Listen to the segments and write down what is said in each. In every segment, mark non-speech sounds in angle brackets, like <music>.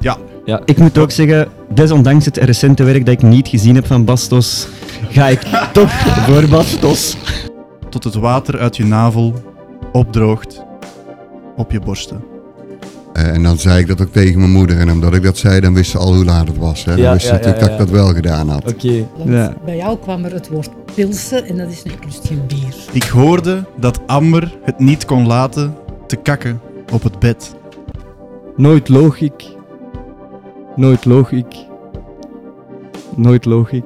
Ja, Ja, Ik moet ook zeggen, desondanks het recente werk dat ik niet gezien heb van Bastos, ga ik toch voor Bastos. tot het water uit je navel opdroogt op je borsten. Eh, en dan zei ik dat ook tegen mijn moeder. En omdat ik dat zei, dan wist ze al hoe laat het was. Hè. Dan Ja, wist ze ja, ja, natuurlijk ja. dat ik dat wel gedaan had. oké. Want Ja. bij jou kwam er het woord pilsen en dat is natuurlijk geen bier. Ik hoorde dat Amber het niet kon laten te kakken op het bed. Nooit loog ik. Nooit loog ik. Nooit loog ik.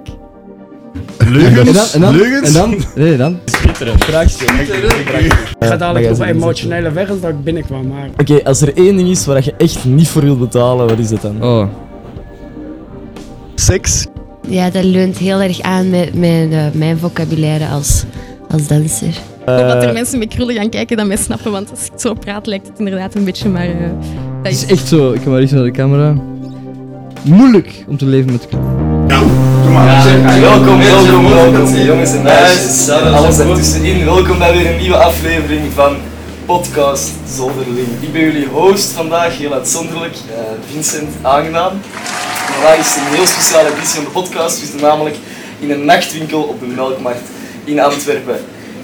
Leugens? En dan, en dan, Leugens? en dan, nee, dan. Schitterend. Ik ga dadelijk over emotionele weg als dat ik binnenkwam, maar... Oké, als er één ding is waar je echt niet voor wilt betalen, wat is dat dan? Oh, Seks. Ja, dat leunt heel erg aan met mijn, eh, mijn vocabulaire als, als danser. Eh, Omdat er mensen met krullen gaan kijken dat mij snappen, want als ik zo praat lijkt het inderdaad een beetje, maar... eh, dat Het is echt zo, Dus ik kan maar eens naar de camera. Moeilijk om te leven met Welkom, welkom, welkom, jongens en meisjes. Alles ertussenin. Welkom bij weer een nieuwe aflevering van Podcast Zonderling. Ik ben jullie host vandaag, heel uitzonderlijk. eh, Vincent, aangenaam. Vandaag is een heel speciale editie van de podcast. We zitten namelijk in een nachtwinkel op de Melkmarkt in Antwerpen.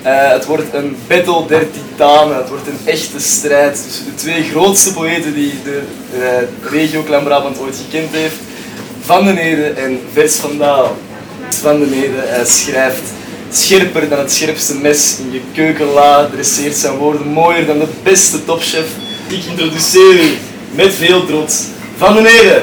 Eh, het wordt een battle der titanen, het wordt een echte strijd tussen de twee grootste poëten die de eh, regio Klein-Brabant ooit gekend heeft. Van den Ede en Vers van Daal. Van den Ede eh, schrijft scherper dan het scherpste mes in je keukenla, dresseert zijn woorden mooier dan de beste topchef. Ik introduceer u met veel trots Van den Ede.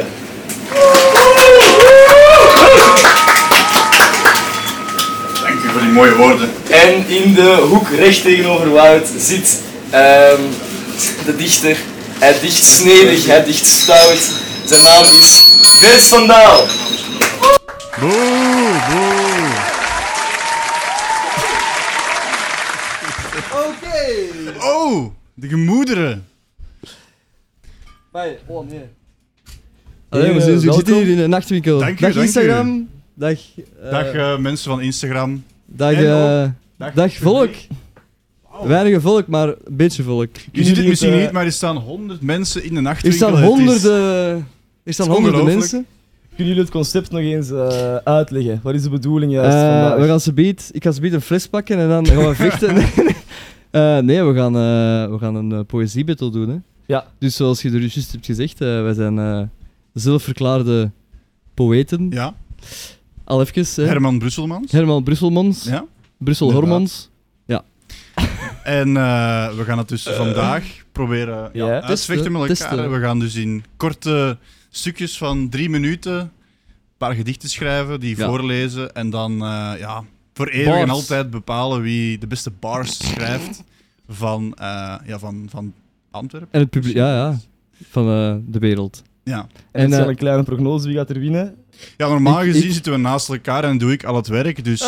Dank u voor die mooie woorden. En in de hoek recht tegenover Wout zit ehm, de dichter. Hij dicht snedig, hij dicht stout. Zijn naam is Vers van Daal. Boe, boe. Oké. Oh, de gemoederen. Oh nee. Hey, jongens, we welkom. zitten hier in de nachtwinkel. Dank u, dag dank u. Instagram. Dag. eh, Dag eh, mensen van Instagram. dag, en eh, Dag, dag volk. Weinig volk, maar een beetje volk. Je ziet het misschien eh, niet, maar er staan honderd mensen in de Er nachtwinkel. staan Het is- honderden, er staan het is honderden ongelooflijk. mensen. Kunnen jullie het concept nog eens eh, uitleggen? Wat is de bedoeling juist Eh, vandaag? we gaan ze beat, ik ga ze beat een fles pakken en dan <laughs> gaan we vechten. <laughs> Nee, nee. Eh, nee, we gaan, eh, we gaan een eh, poëziebattle doen. Hè. Ja. Dus zoals je er juist hebt gezegd, eh, wij zijn eh, zelfverklaarde poëten. Ja, Al even. hè. Herman Brusselmans. Herman Brusselmans. Ja. Brussel Inderdaad. <laughs> Hormons. En eh, we gaan het dus vandaag proberen ja, ja. uit te Testen, vechten met elkaar. testen. We gaan dus in korte stukjes van drie minuten een paar gedichten schrijven, die Ja. voorlezen en dan eh, ja, voor eeuwig en Bars. altijd bepalen wie de beste bars schrijft van, eh, ja, van, van Antwerpen. En het publiek. Ja, ja. Van eh, de wereld. Ja. En, en, het is eh, al een kleine prognose, wie gaat er winnen? ja, normaal Ik- Oh. gezien ik- zitten we naast elkaar en doe ik al het werk. Dus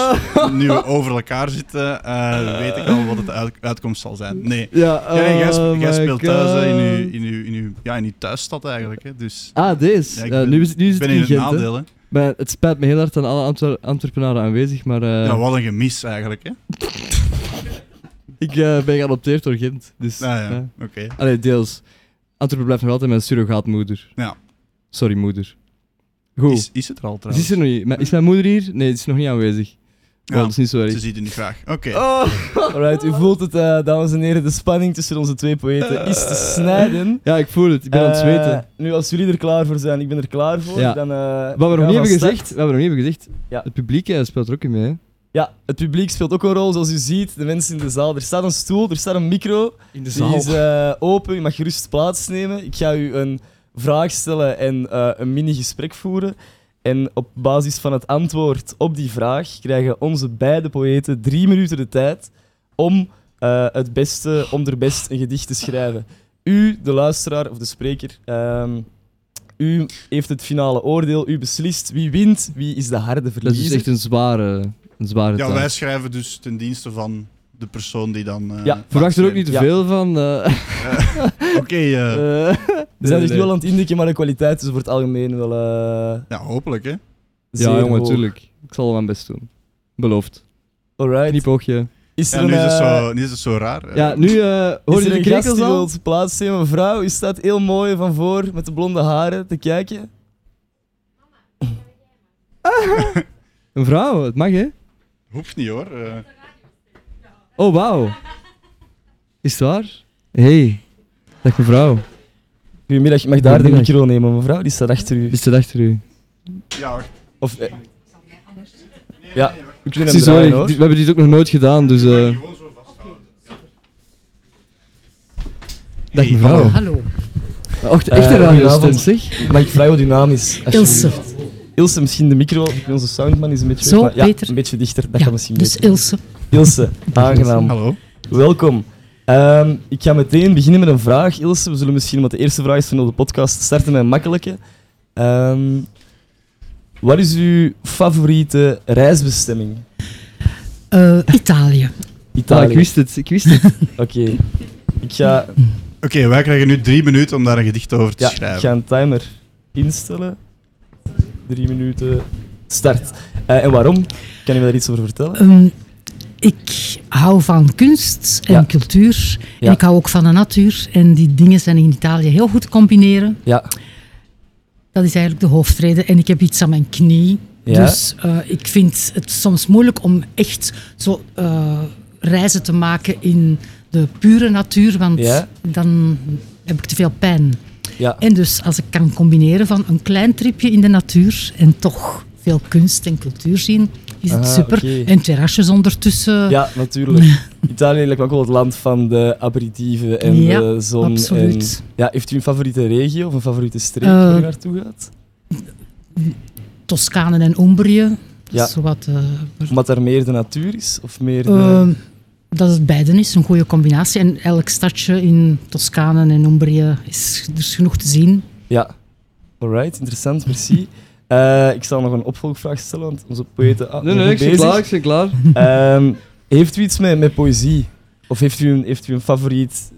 nu we over elkaar zitten, eh, weet ik al wat de uit- uitkomst zal zijn. Nee. Ja, Ja, nee, jij, sp- oh jij my speelt thuis hè, in, uw, God. in, uw, in, uw, ja, in uw thuisstad eigenlijk. Hè, dus Ah, deze. Ja, ik Ja, ben- nu is, nu is ik ben het in in het Gent, hè. nadeel. Hè. Maar het spijt me heel hard aan alle Antwer- Antwerpenaren aanwezig, maar eh, Ja, wat een gemis eigenlijk. Hè. <laughs> ik eh, ben geadopteerd door Gent. Dus, Nou ja, eh. oké. Allee, deels. Antwerpen blijft nog altijd mijn surrogaatmoeder. Ja. Sorry, moeder. Goed. Is, is het er al Is, trouwens? ze er nog niet? Maar Is mijn moeder hier? Nee, die is nog niet aanwezig. Ja, Wel, dat is niet zo erg. Ze ziet u niet graag. Oké. Oh. <laughs> Alright, u voelt het, eh, dames en heren, de spanning tussen onze twee poëten is te snijden. Eh. Ja, ik voel het. Ik ben aan het Eh, zweten. nu, als jullie er klaar voor zijn, ik ben er klaar voor, Ja. dan... eh, Wat we gaan nog niet van hebben start. gezegd, wat we nog niet hebben gezegd, Ja. het publiek eh, speelt er ook in mee. hè. Ja, het publiek speelt ook een rol, zoals u ziet. De mensen in de zaal. Er staat een stoel, er staat een micro. In de Die is eh, open, u mag gerust plaatsnemen. Ik ga u een vraag stellen en eh, een mini-gesprek voeren. En op basis van het antwoord op die vraag krijgen onze beide poëten drie minuten de tijd om, eh, het beste, om er best een gedicht te schrijven. U, de luisteraar of de spreker, ehm, u heeft het finale oordeel. U beslist wie wint, wie is de harde Dat is dus verliezer. echt een zware, een zware Ja, taak. wij schrijven dus ten dienste van de persoon die dan... eh, Ja, Verwacht er ook niet te Ja. veel van. eh, <laughs> Oké, eh, eh. We zijn Nee, echt nee. wel aan het indikken, maar de kwaliteit is voor het algemeen wel eh ja, hopelijk hè. zeer Ja, jongen, hoog. tuurlijk. Ik zal mijn best doen. Beloofd. Alright. Knipoogje. Is er Ja, nu is een, het eh, zo, nu is het zo raar. Ja, nu eh, hoor is je de er een gast krekels die al? wil plaatsnemen? Een vrouw, die staat heel mooi van voor met de blonde haren te kijken. Een vrouw, het mag hè? Hoeft niet hoor. Eh, Oh, wauw. Is het waar? Hé, hey, dag mevrouw. Goedemiddag, je mag daar de Goedemiddag. micro nemen, mevrouw. Die staat achter u. Wie staat achter u? ja, wacht. Of, eh, ja, we kunnen hem Precies, draaien, hoor. hoor. Dit- We hebben dit ook nog nooit gedaan, dus... eh Gewoon zo vasthouden. dag mevrouw. Hallo, Och, Eh, echt een radio goedenavond. zeg. Mag ik vrij wat uw naam is? alsjeblieft? Ilse. Ilse, misschien de micro. Onze soundman is een beetje Zo, weg, maar ja, beter. een beetje dichter. Dat Ja, kan misschien dus beter. Ilse. Ilse, <laughs> aangenaam. Hallo. Welkom. Ehm, ik ga meteen beginnen met een vraag, Ilse. We zullen misschien, want de eerste vraag is van de podcast, starten met een makkelijke. Ehm, wat is uw favoriete reisbestemming? Eh, Italië. Ah, Italië. ik wist het, ik wist het. Oké. <laughs> Ik ga, Oké, wij krijgen nu drie minuten om daar een gedicht over te ja, ik schrijven. ga een timer instellen. Drie minuten. Start. Eh, en waarom? Kan je me daar iets over vertellen? Ehm, ik hou van kunst en Ja. cultuur. Ja. En ik hou ook van de natuur. En die dingen zijn in Italië heel goed te combineren. Ja. Dat is eigenlijk de hoofdreden. En ik heb iets aan mijn knie. Ja. Dus eh, ik vind het soms moeilijk om echt zo eh, reizen te maken in de pure natuur. Want Ja. dan heb ik te veel pijn. Ja. En dus als ik kan combineren van een klein tripje in de natuur en toch veel kunst en cultuur zien, is het Ah, super. oké. En terrasjes ondertussen. Ja, <laughs> natuurlijk. Italië lijkt me ook wel het land van de aperitieven en Ja, de zon. absoluut. En, ja, heeft u een favoriete regio of een favoriete streek Eh, waar u naartoe gaat? Toscane en Umbrië. Dat Ja. is zowat, eh, waar- Omdat daar meer de natuur is? Of meer de... eh, Ehm, dat het beiden is, een goede combinatie. En elk stadje in Toscane en Umbrië is er is genoeg te zien. Ja. Alright, interessant, merci. <laughs> Eh, ik zal nog een opvolgvraag stellen, want onze poëten... ah, Nee, we nee, ik zijn ben bezig. klaar, ik ben klaar. Ehm, heeft u iets met, met poëzie? Of heeft u, een, heeft u een favoriet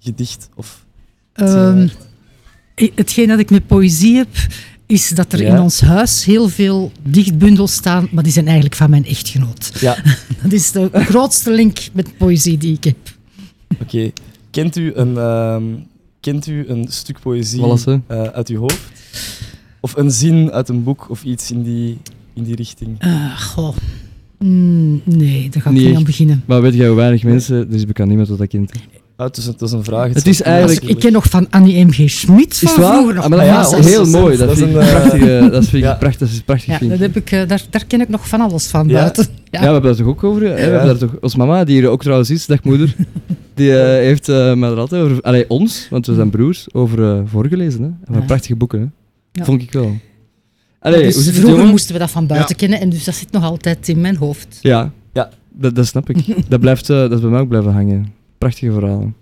gedicht? Of... eh, Ehm, i- hetgeen dat ik met poëzie heb, is dat er Ja. in ons huis heel veel dichtbundels staan, maar die zijn eigenlijk van mijn echtgenoot. <laughs> Ja, <laughs> Dat is de grootste link met poëzie die ik heb. oké. Kent, u een, ehm, kent u een stuk poëzie Wallace. eh, uit uw hoofd? Of een zin uit een boek of iets in die, in die richting? Eh, goh. Mm, nee, daar ga ik Niet niet, echt. aan beginnen. Maar weet jij hoe weinig mensen, dus ik kan niemand wat dat kind. Ah, het, is een, het is een vraag. Het is een- eigenlijk- Ik ken nog van Annie M.G. Schmid van Is het waar? vroeger. nog. Ah, maar dat Ah, is ja, wel heel dat is- mooi. dat Dat is vind ik een, eh, prachtige- dat vind ik <laughs> ja. prachtig. Dat is een prachtig ja, dat filmpje. heb ik, eh, daar, daar ken ik nog van alles van Ja? buiten. Ja, we hebben dat toch ook over? hè? We Ja. hebben daar toch, ons mama, die hier ook trouwens is, dag <laughs> moeder, die eh, heeft eh mij er altijd over, allee, ons, want we zijn broers, over eh, voorgelezen. Hè? En van Ja. prachtige boeken, hè? Ja. vond ik wel. Allee, Dus hoe zit het, vroeger jongen? moesten we dat van buiten kennen en dus dat zit nog altijd in mijn hoofd. Ja, Ja. Dat, dat snap <laughs> ik. dat, blijft, eh, dat is bij mij ook blijven hangen. Prachtige verhalen.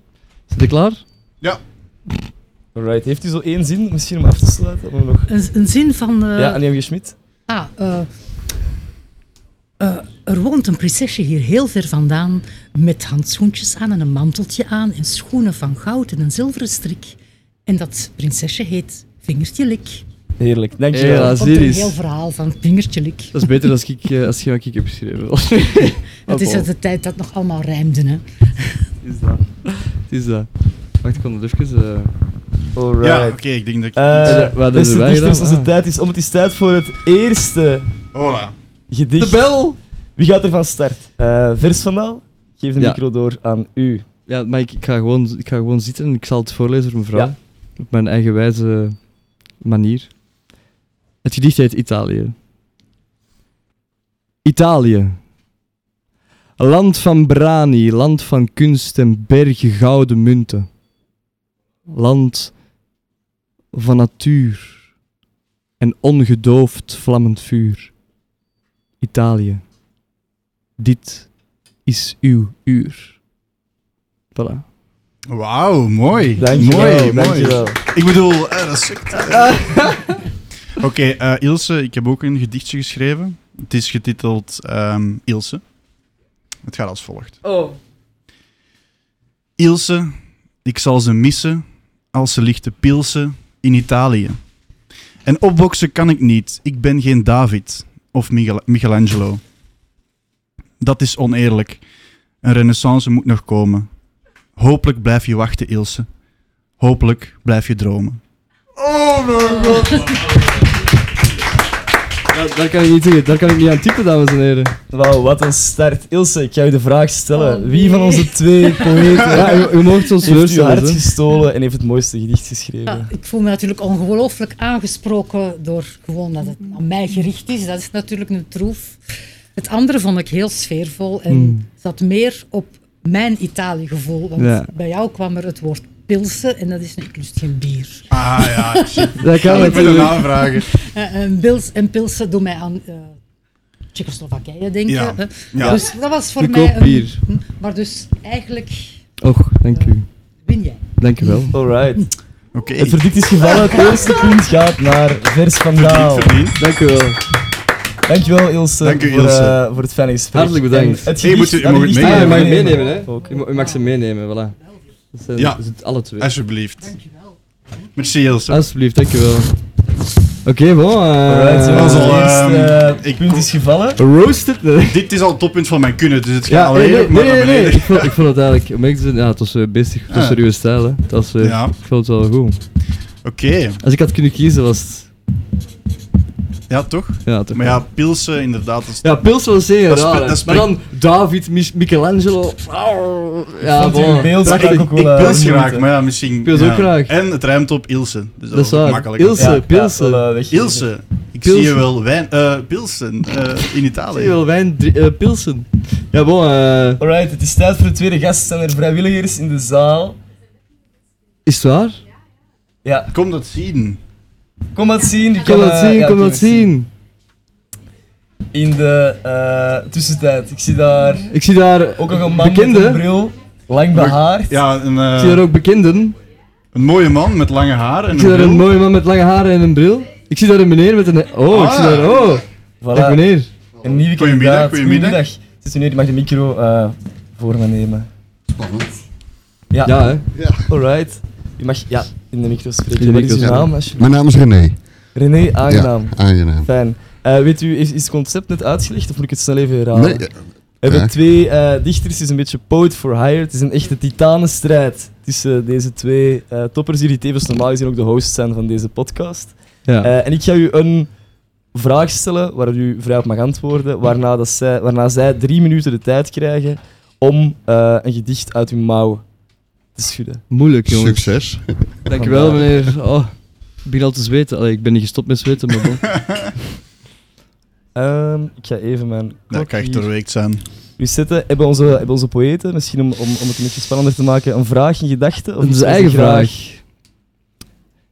Zit je klaar? Alright, heeft u zo één zin misschien om af te sluiten? Om nog... Een, een zin van... eh, Ja, Annie M. G. Schmid? Ah, eh, eh, er woont een prinsesje hier heel ver vandaan met handschoentjes aan en een manteltje aan en schoenen van goud en een zilveren strik. En dat prinsesje heet Vingertje Lik. Heerlijk, dankjewel. Ja, Komt er een Aziris. heel verhaal van Vingertje Lik. Dat is beter als ik, eh, als je wat ik heb geschreven. <laughs> Het is Oh, uit de tijd dat nog allemaal rijmde. Hè. is dat. Het is dat. Wacht, ik kon het even... eh, Alright. Ja, oké, ik denk dat ik... Eh, Wat hebben beste wij dichters, gedaan? onze Ah. tijd is om. Het is tijd voor het eerste Hola. gedicht. De bel! Wie gaat er van start? Eh, vers vandaal. Geef de Ja. micro door aan u. Ja, maar ik, ik, ga gewoon, ik ga gewoon zitten en ik zal het voorlezen voor mevrouw. Ja. Op mijn eigenwijze manier. Het gedicht heet Italië. Italië. Land van brani, land van kunst en bergen gouden munten. Land van natuur en ongedoofd vlammend vuur. Italië. Dit is uw uur. Voilà. Wauw, mooi. Dankjewel, mooi, mooi. dankjewel. Ik bedoel, eh, <laughs> dat sukt. Oké, eh, Ilse, ik heb ook een gedichtje geschreven. Het is getiteld ehm, Ilse. Het gaat als volgt. Oh. Ilse, ik zal ze missen als ze ligt te pilsen in Italië. En opboksen kan ik niet. Ik ben geen David of Michel- Michelangelo. Dat is oneerlijk. Een renaissance moet nog komen. Hopelijk blijf je wachten, Ilse. Hopelijk blijf je dromen. Oh mijn god. <laughs> Daar, daar kan ik niet tegen, daar kan ik niet aan typen, dames en heren. Oh, Wauw, wat een start. Ilse, ik ga u de vraag stellen. Wie van onze <laughs> twee poëten Ja, u- u moogt ons heeft uw teleurstellen, hart hè? gestolen en heeft het mooiste gedicht geschreven? Ja, ik voel me natuurlijk ongelooflijk aangesproken door gewoon dat het aan mij gericht is. Dat is natuurlijk een troef. Het andere vond ik heel sfeervol en Mm. zat meer op mijn Italië-gevoel. Want Ja. bij jou kwam er het woord pilsen en dat is, ik lust geen bier. Ah ja, <laughs> Dat kan ik wil een natuurlijk. aanvragen. Eh, En, pils, en pilsen doen mij aan eh, Tsjechoslowakije denken. Ja, hè. ja. Dus dat was voor Goedkoop mij... een- bier. Hm, Maar dus eigenlijk Och, dank u. win jij. Dank u wel. Alright. Oké, Het verdict is gevallen. Het eerste punt gaat naar Vers van Daal. verdiend. Dank u wel. Dankjewel Ilse, Dank u, voor, Ilse. eh, voor het fijne gesprek. Hartelijk bedankt. En het Hey, moet je- je dat mag het gedicht meenemen. Ah, je mag dat het we meenemen, hè? Ook. Je mag, je mag ze meenemen, voilà. Dat zijn, Ja. dat zijn alle twee. Alsjeblieft. Merci, Ilse. Alsjeblieft, dank u wel. Oké, bon. eh, Alright, dat was al, het ehm, eerste eh, ik- punt is gevallen. Roasted? Nee. Dit is al het toppunt van mijn kunnen, dus het gaat Ja, nee, alleen nee, maar nee, nee, naar beneden. Ik, vond, ik vond het eigenlijk, om eerlijk te zijn, ja, het was eh, bezig, het was Ja. serieus stijl, hè. Het was, eh, Ja. Ik vond het wel goed. Oké, Als ik had kunnen kiezen, was het... ja toch? Ja, toch. Maar ja, pilsen inderdaad. Dat is... Ja, Pils was zeer Dat is- raar, hè. dat is- Maar dan David, Mich- Michelangelo... Auw. Ja, vond die bon. mails Maar ik, Dat ga ik ik ook wel, eh, pils doen, graag, hè. maar ja, misschien... Ik pils ja. ook graag. En het ruimt op Ilse, dus dat Dat is is waar. makkelijk. Ilse, Pilsen. wel, eh, weg. Ilse, ik Pilsen. zie je wel wijn... eh, pilsen, eh, in Italië. Zie je wel, wijn, drie- eh, Pilsen. Ja, bon, eh, Alright, het is tijd voor de tweede gast. Er Zijn er vrijwilligers in de zaal? is het waar? Ja, Kom dat zien. kom maar zien. je Kom kan, dat eh, zien, ja, kom dat zien. In de eh, tussentijd. Ik zie daar Ik zie daar ook nog een man met een bekenden. bril, lang behaard. Ja, een, Ik eh, zie daar ook bekenden. een mooie man met lange haar en Ik zie een daar een bril. mooie man met lange haren en een bril. Ik zie daar een meneer met een... Oh, ik Ah. zie daar... Oh, Voilà, dag meneer. een nieuwe Goedemiddag, kandidaat. goedemiddag. Het is meneer, die mag de micro eh, voor me nemen. Spannend. Ja, Ja, hè. alright. Je mag ja, in de micro spreken. In de Wat is micro, uw ja. naam, alsjeblieft? Mijn naam is René. René, aangenaam. Ja, aangenaam. Fijn. Eh, weet u, is, is het concept net uitgelegd of moet ik het snel even herhalen? Nee, eh, We hebben Ja. twee eh, dichters, het is een beetje poet for hire. Het is een echte titanenstrijd tussen deze twee eh, toppers, die tevens normaal gezien ook de hosts zijn van deze podcast. Ja. Eh, en ik ga u een vraag stellen waar u vrij op mag antwoorden, waarna, dat zij, waarna zij drie minuten de tijd krijgen om eh, een gedicht uit uw mouw te schudden. Moeilijk, jongens. succes. Dankjewel, meneer. Oh, ik begin al te zweten. Allee, ik ben niet gestopt met zweten, maar bon. Ehm, ik ga even mijn Dat klok kan echt hier- doorweekt zijn. Dus zetten, hebben onze, hebben onze poëten, misschien om, om, om het een beetje spannender te maken, een vraag in gedachten? Of Dat is iets een wat eigen ze graag- vraag.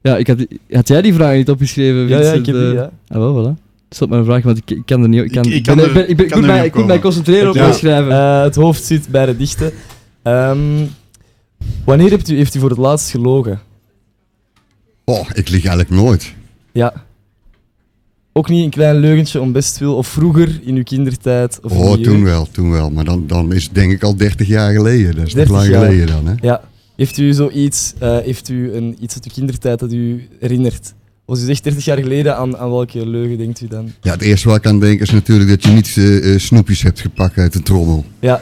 Ja, ik had, die- had jij die vraag niet opgeschreven, Ja, ja, ik Vincent? heb Eh, die, ja. Ah, wel, voilà. Stop mijn vraag, want ik, ik kan er niet... Ik, kan, Ik- ik ik, kan ben- er- ik ben- ik ben- ik kan moet er mij- niet ik moet op mij komen. concentreren op Ja. mijn schrijven. Eh, het hoofd zit bij de dichten. Ehm, wanneer hebt u, heeft u voor het laatst gelogen? Oh, ik lieg eigenlijk nooit. Ja. Ook niet een klein leugentje om bestwil, of vroeger in uw kindertijd? Of in Oh, uw jeugd? toen wel, toen wel. Maar dan, dan is het denk ik al 30 jaar geleden. Dat is nog 30 lang jaar. geleden dan, hè? Ja. Heeft u zoiets, eh, heeft u een, iets uit uw kindertijd dat u herinnert? Als u zegt 30 jaar geleden, aan, aan welke leugen denkt u dan? Ja, het eerste waar ik aan denk is natuurlijk dat je niet eh, eh, snoepjes hebt gepakt uit de trommel. Ja,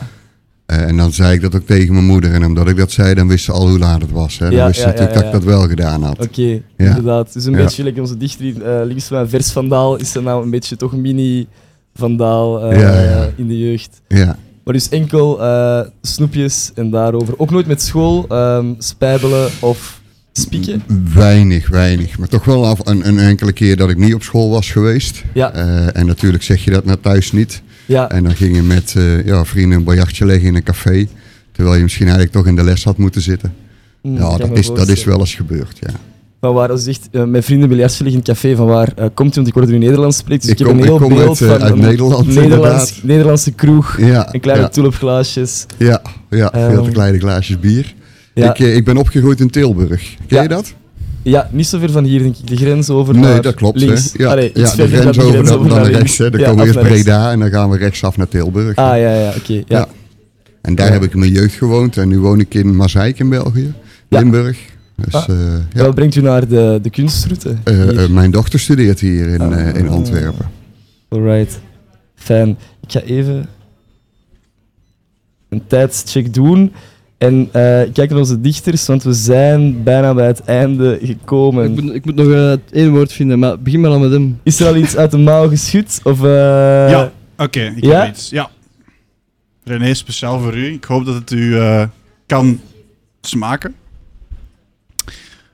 Eh, en dan zei ik dat ook tegen mijn moeder. En omdat ik dat zei, dan wist ze al hoe laat het was. Hè? Dan Ja, wist ze ja, ja, natuurlijk ja. dat ik dat wel gedaan had. Oké, inderdaad. Dus een Ja. beetje like onze dichter hier, eh, links van Vers Vandaal is er nou een beetje toch mini Vandaal eh, Ja, ja. in de jeugd. Ja. Maar dus enkel eh, snoepjes en daarover. Ook nooit met school, ehm, spijbelen of spieken. Weinig, weinig. Maar toch wel af een, een enkele keer dat ik niet op school was geweest. Ja. Eh, en natuurlijk zeg je dat naar thuis niet. Ja, En dan ging je met eh, ja, vrienden een biljartje leggen in een café. Terwijl je misschien eigenlijk toch in de les had moeten zitten. mm, kan ja, ik dat me is, dat is voorstellen. wel eens gebeurd, ja. Van waar, als je zegt, eh, mijn vrienden biljartje liggen in het café, van waar eh, komt u? Want ik hoorde u Nederlands spreken, dus ik, Ik heb kom- een ik heel kom beeld uit, eh, van uit een Nederland, Nederlands, inderdaad. Nederlandse kroeg. Ja, Een kleine ja. tulpglaasjes. Ja, ja veel te Ehm. kleine glaasjes bier. Ja. Ik, eh, ik ben opgegroeid in Tilburg. Ken Ja. je dat? Ja, niet zo ver van hier, denk ik. De grens over Nee, naar dat klopt. hè. links. Ja, Allee, ja iets de verder grens dan de over grens dan, over dan naar rechts. links. Hè. Dan Ja, komen we af eerst naar rechts. Breda en dan gaan we rechtsaf naar Tilburg. Ah, ja, ja, oké. ja. Ja. En daar heb ik in mijn jeugd gewoond. En nu woon ik in Mazeik in België, Ja. Limburg. Dus, Ah. eh, ja. Wat brengt u naar de, de kunstroute? Eh, eh, Hier. mijn dochter studeert hier in, Ah. eh, in Antwerpen. Alright. Fijn. Ik ga even... een tijdscheck doen. En eh, kijk naar onze dichters, want we zijn bijna bij het einde gekomen. Ik moet, ik moet nog eh, het één woord vinden, maar begin maar dan met hem. Is er al iets uit de mouw geschud? Of, eh, ja, oké, ik heb ja? iets. Ja. René, speciaal voor u. Ik hoop dat het u eh, kan smaken.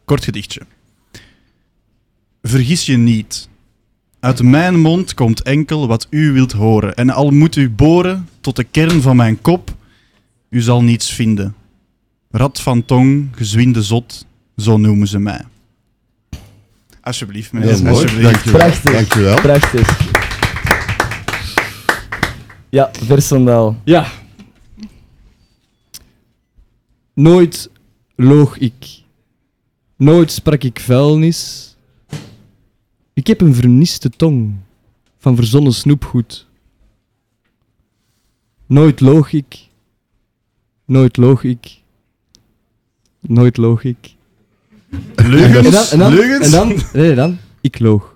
Kort gedichtje. Vergis je niet. Uit mijn mond komt enkel wat u wilt horen. En al moet u boren tot de kern van mijn kop, u zal niets vinden. Rad van tong, gezwinde zot, zo noemen ze mij. Alsjeblieft, meneer. Dat is mooi. Alsjeblieft. Dankjewel. Prachtig. Dankjewel. Prachtig. Ja, Versandaal. Ja. Nooit loog ik. Nooit sprak ik vuilnis. Ik heb een verniste tong van verzonnen snoepgoed. Nooit loog ik. Nooit loog ik. Nooit loog ik. Leugens? En dan, en dan, Leugens? En dan, nee, nee, dan. Ik loog.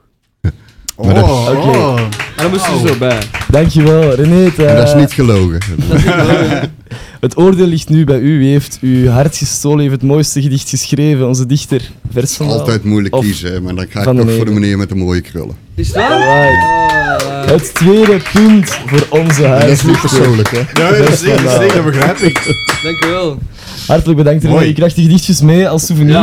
Oh, oké. En dan moest je zo bij. Dankjewel, René. het, eh, En dat is niet <laughs> gelogen. Het oordeel ligt nu bij u. Wie heeft uw hart gestolen? Heeft het mooiste gedicht geschreven? Onze dichter Versandaal. Altijd moeilijk Of kiezen, hè, maar dan ga ik Van toch den voor de Ede. meneer met de mooie krullen. Is dat? Het tweede punt voor onze En dat is niet huisdichter. persoonlijk, hè? Ja, dat is zeker, dat is zeker, dat begrijp ik. Dankjewel. Hartelijk bedankt, René. Mooi. Je krijgt de gedichtjes mee als souvenir. Ja.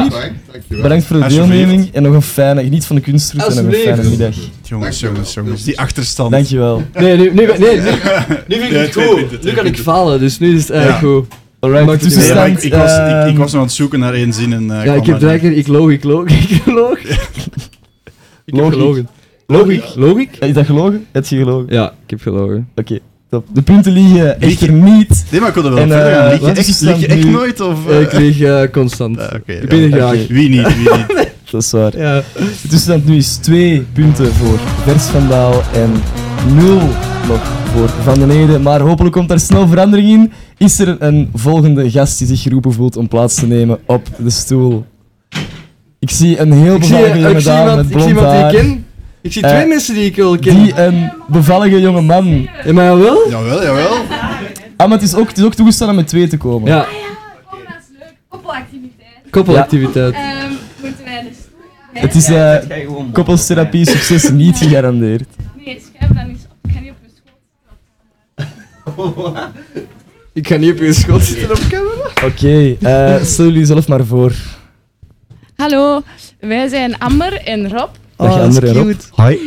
Dankjewel. Bedankt voor de Alsjeblieft. deelneming en nog een fijne, geniet van de kunstroute en nog een Alsjeblieft. fijne middag. Jongens, jongens, jongens. Die achterstand. Dankjewel. Nee, nu, nu, nee, nu, nu vind ik Nee, het twee punten, goed. twee Nu kan ik punten. falen, dus nu is het eigenlijk goed. Alright, Maakt het niet Nee, uit. maar eh, ik, toestand. ik, was, ik, ik ehm, was nog aan het zoeken naar één zin. En, eh, Ja, kwam ik heb er drie niet. keer, ik loog, ik loog, <laughs> ik loog. Ik heb Logisch. gelogen. Logisch. Loog ik? Is dat gelogen? Heb je gelogen? Ja, ik heb gelogen. Oké, top. De punten liggen echter niet. Nee, maar ik wilde wel En, verder eh, gaan. Lieg je wat is echt, de lieg je stand echt nu? nooit? Of, eh, Ik kreeg eh, constant. ah, oké, ik ben er ja. graag. Wie niet, wie niet. <laughs> Dat is waar. Ja. De tussenstand Dus nu is 2 punten voor Bert van Daal en 0 nog voor Van den Ede. Maar hopelijk komt daar snel verandering in. Is er een volgende gast die zich geroepen voelt om plaats te nemen op de stoel? Ik zie een heel Ik zie, bevallige ik jonge zie dame met iemand, ik zie blond iemand die ik haar. ken. Ik zie Eh, twee mensen die ik wil kennen. Die een bevallige jonge man. Ja, maar wel? Jawel, jawel. Ah, maar het is ook, het is ook toegestaan om met twee te komen. Ja, Koppelactiviteit. koppelactiviteit. Ehm moeten wij de stoel? Nee, Het is ja. eh, koppelstherapie succes niet gegarandeerd. Nee, schuif dan eens op. Ik ga niet op mijn schoot. Oh. Ik ga niet op je schot zitten op camera. Oké, eh stel jullie zelf maar voor. Hallo, wij zijn Amber en Rob. Dag Oh, Amber en Rob. Hoi.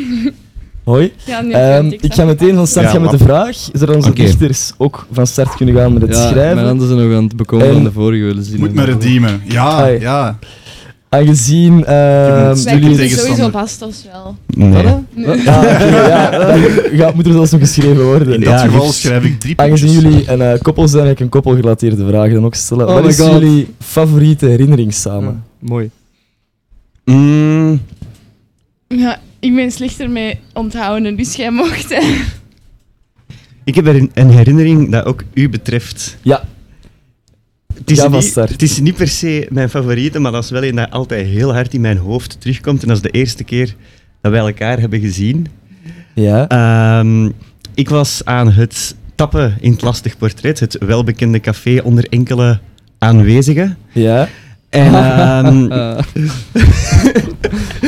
Hoi. Ja, nu Ehm, vind ik ga meteen van start Ja, gaan met de wap. vraag. Is er onze Oké. dichters ook van start kunnen gaan met het Ja, mijn schrijven? handen zijn nog aan het bekomen En- van de vorige willen zien. Moet me redeemen. Ja, Ai. ja. Aangezien ehm Ik Wij jullie kunnen tegenstander. sowieso vast ons wel. Nee. ja, oké, <laughs> ja, dat gaat- moet er zelfs nog geschreven worden. In dat Ja, geval dus schrijf ik drie Aangezien puntjes. jullie een eh, koppel zijn, ga ik een koppelgerelateerde vraag dan ook stellen. Oh Wat my is God. jullie favoriete herinnering samen? Mooi. Mm, Ja, ik ben slechter mee onthouden, dus jij mocht. hè. ik heb er een- een herinnering dat ook u betreft. Ja. Het is, Ga van niet, start. het is niet per se mijn favoriete, maar dat is wel een dat altijd heel hard in mijn hoofd terugkomt. En dat is de eerste keer dat wij elkaar hebben gezien. Ja. Ehm, ik was aan het tappen in het lastig portret, het welbekende café onder enkele aanwezigen. Ja, <laughs> En, ehm, <laughs> Eh,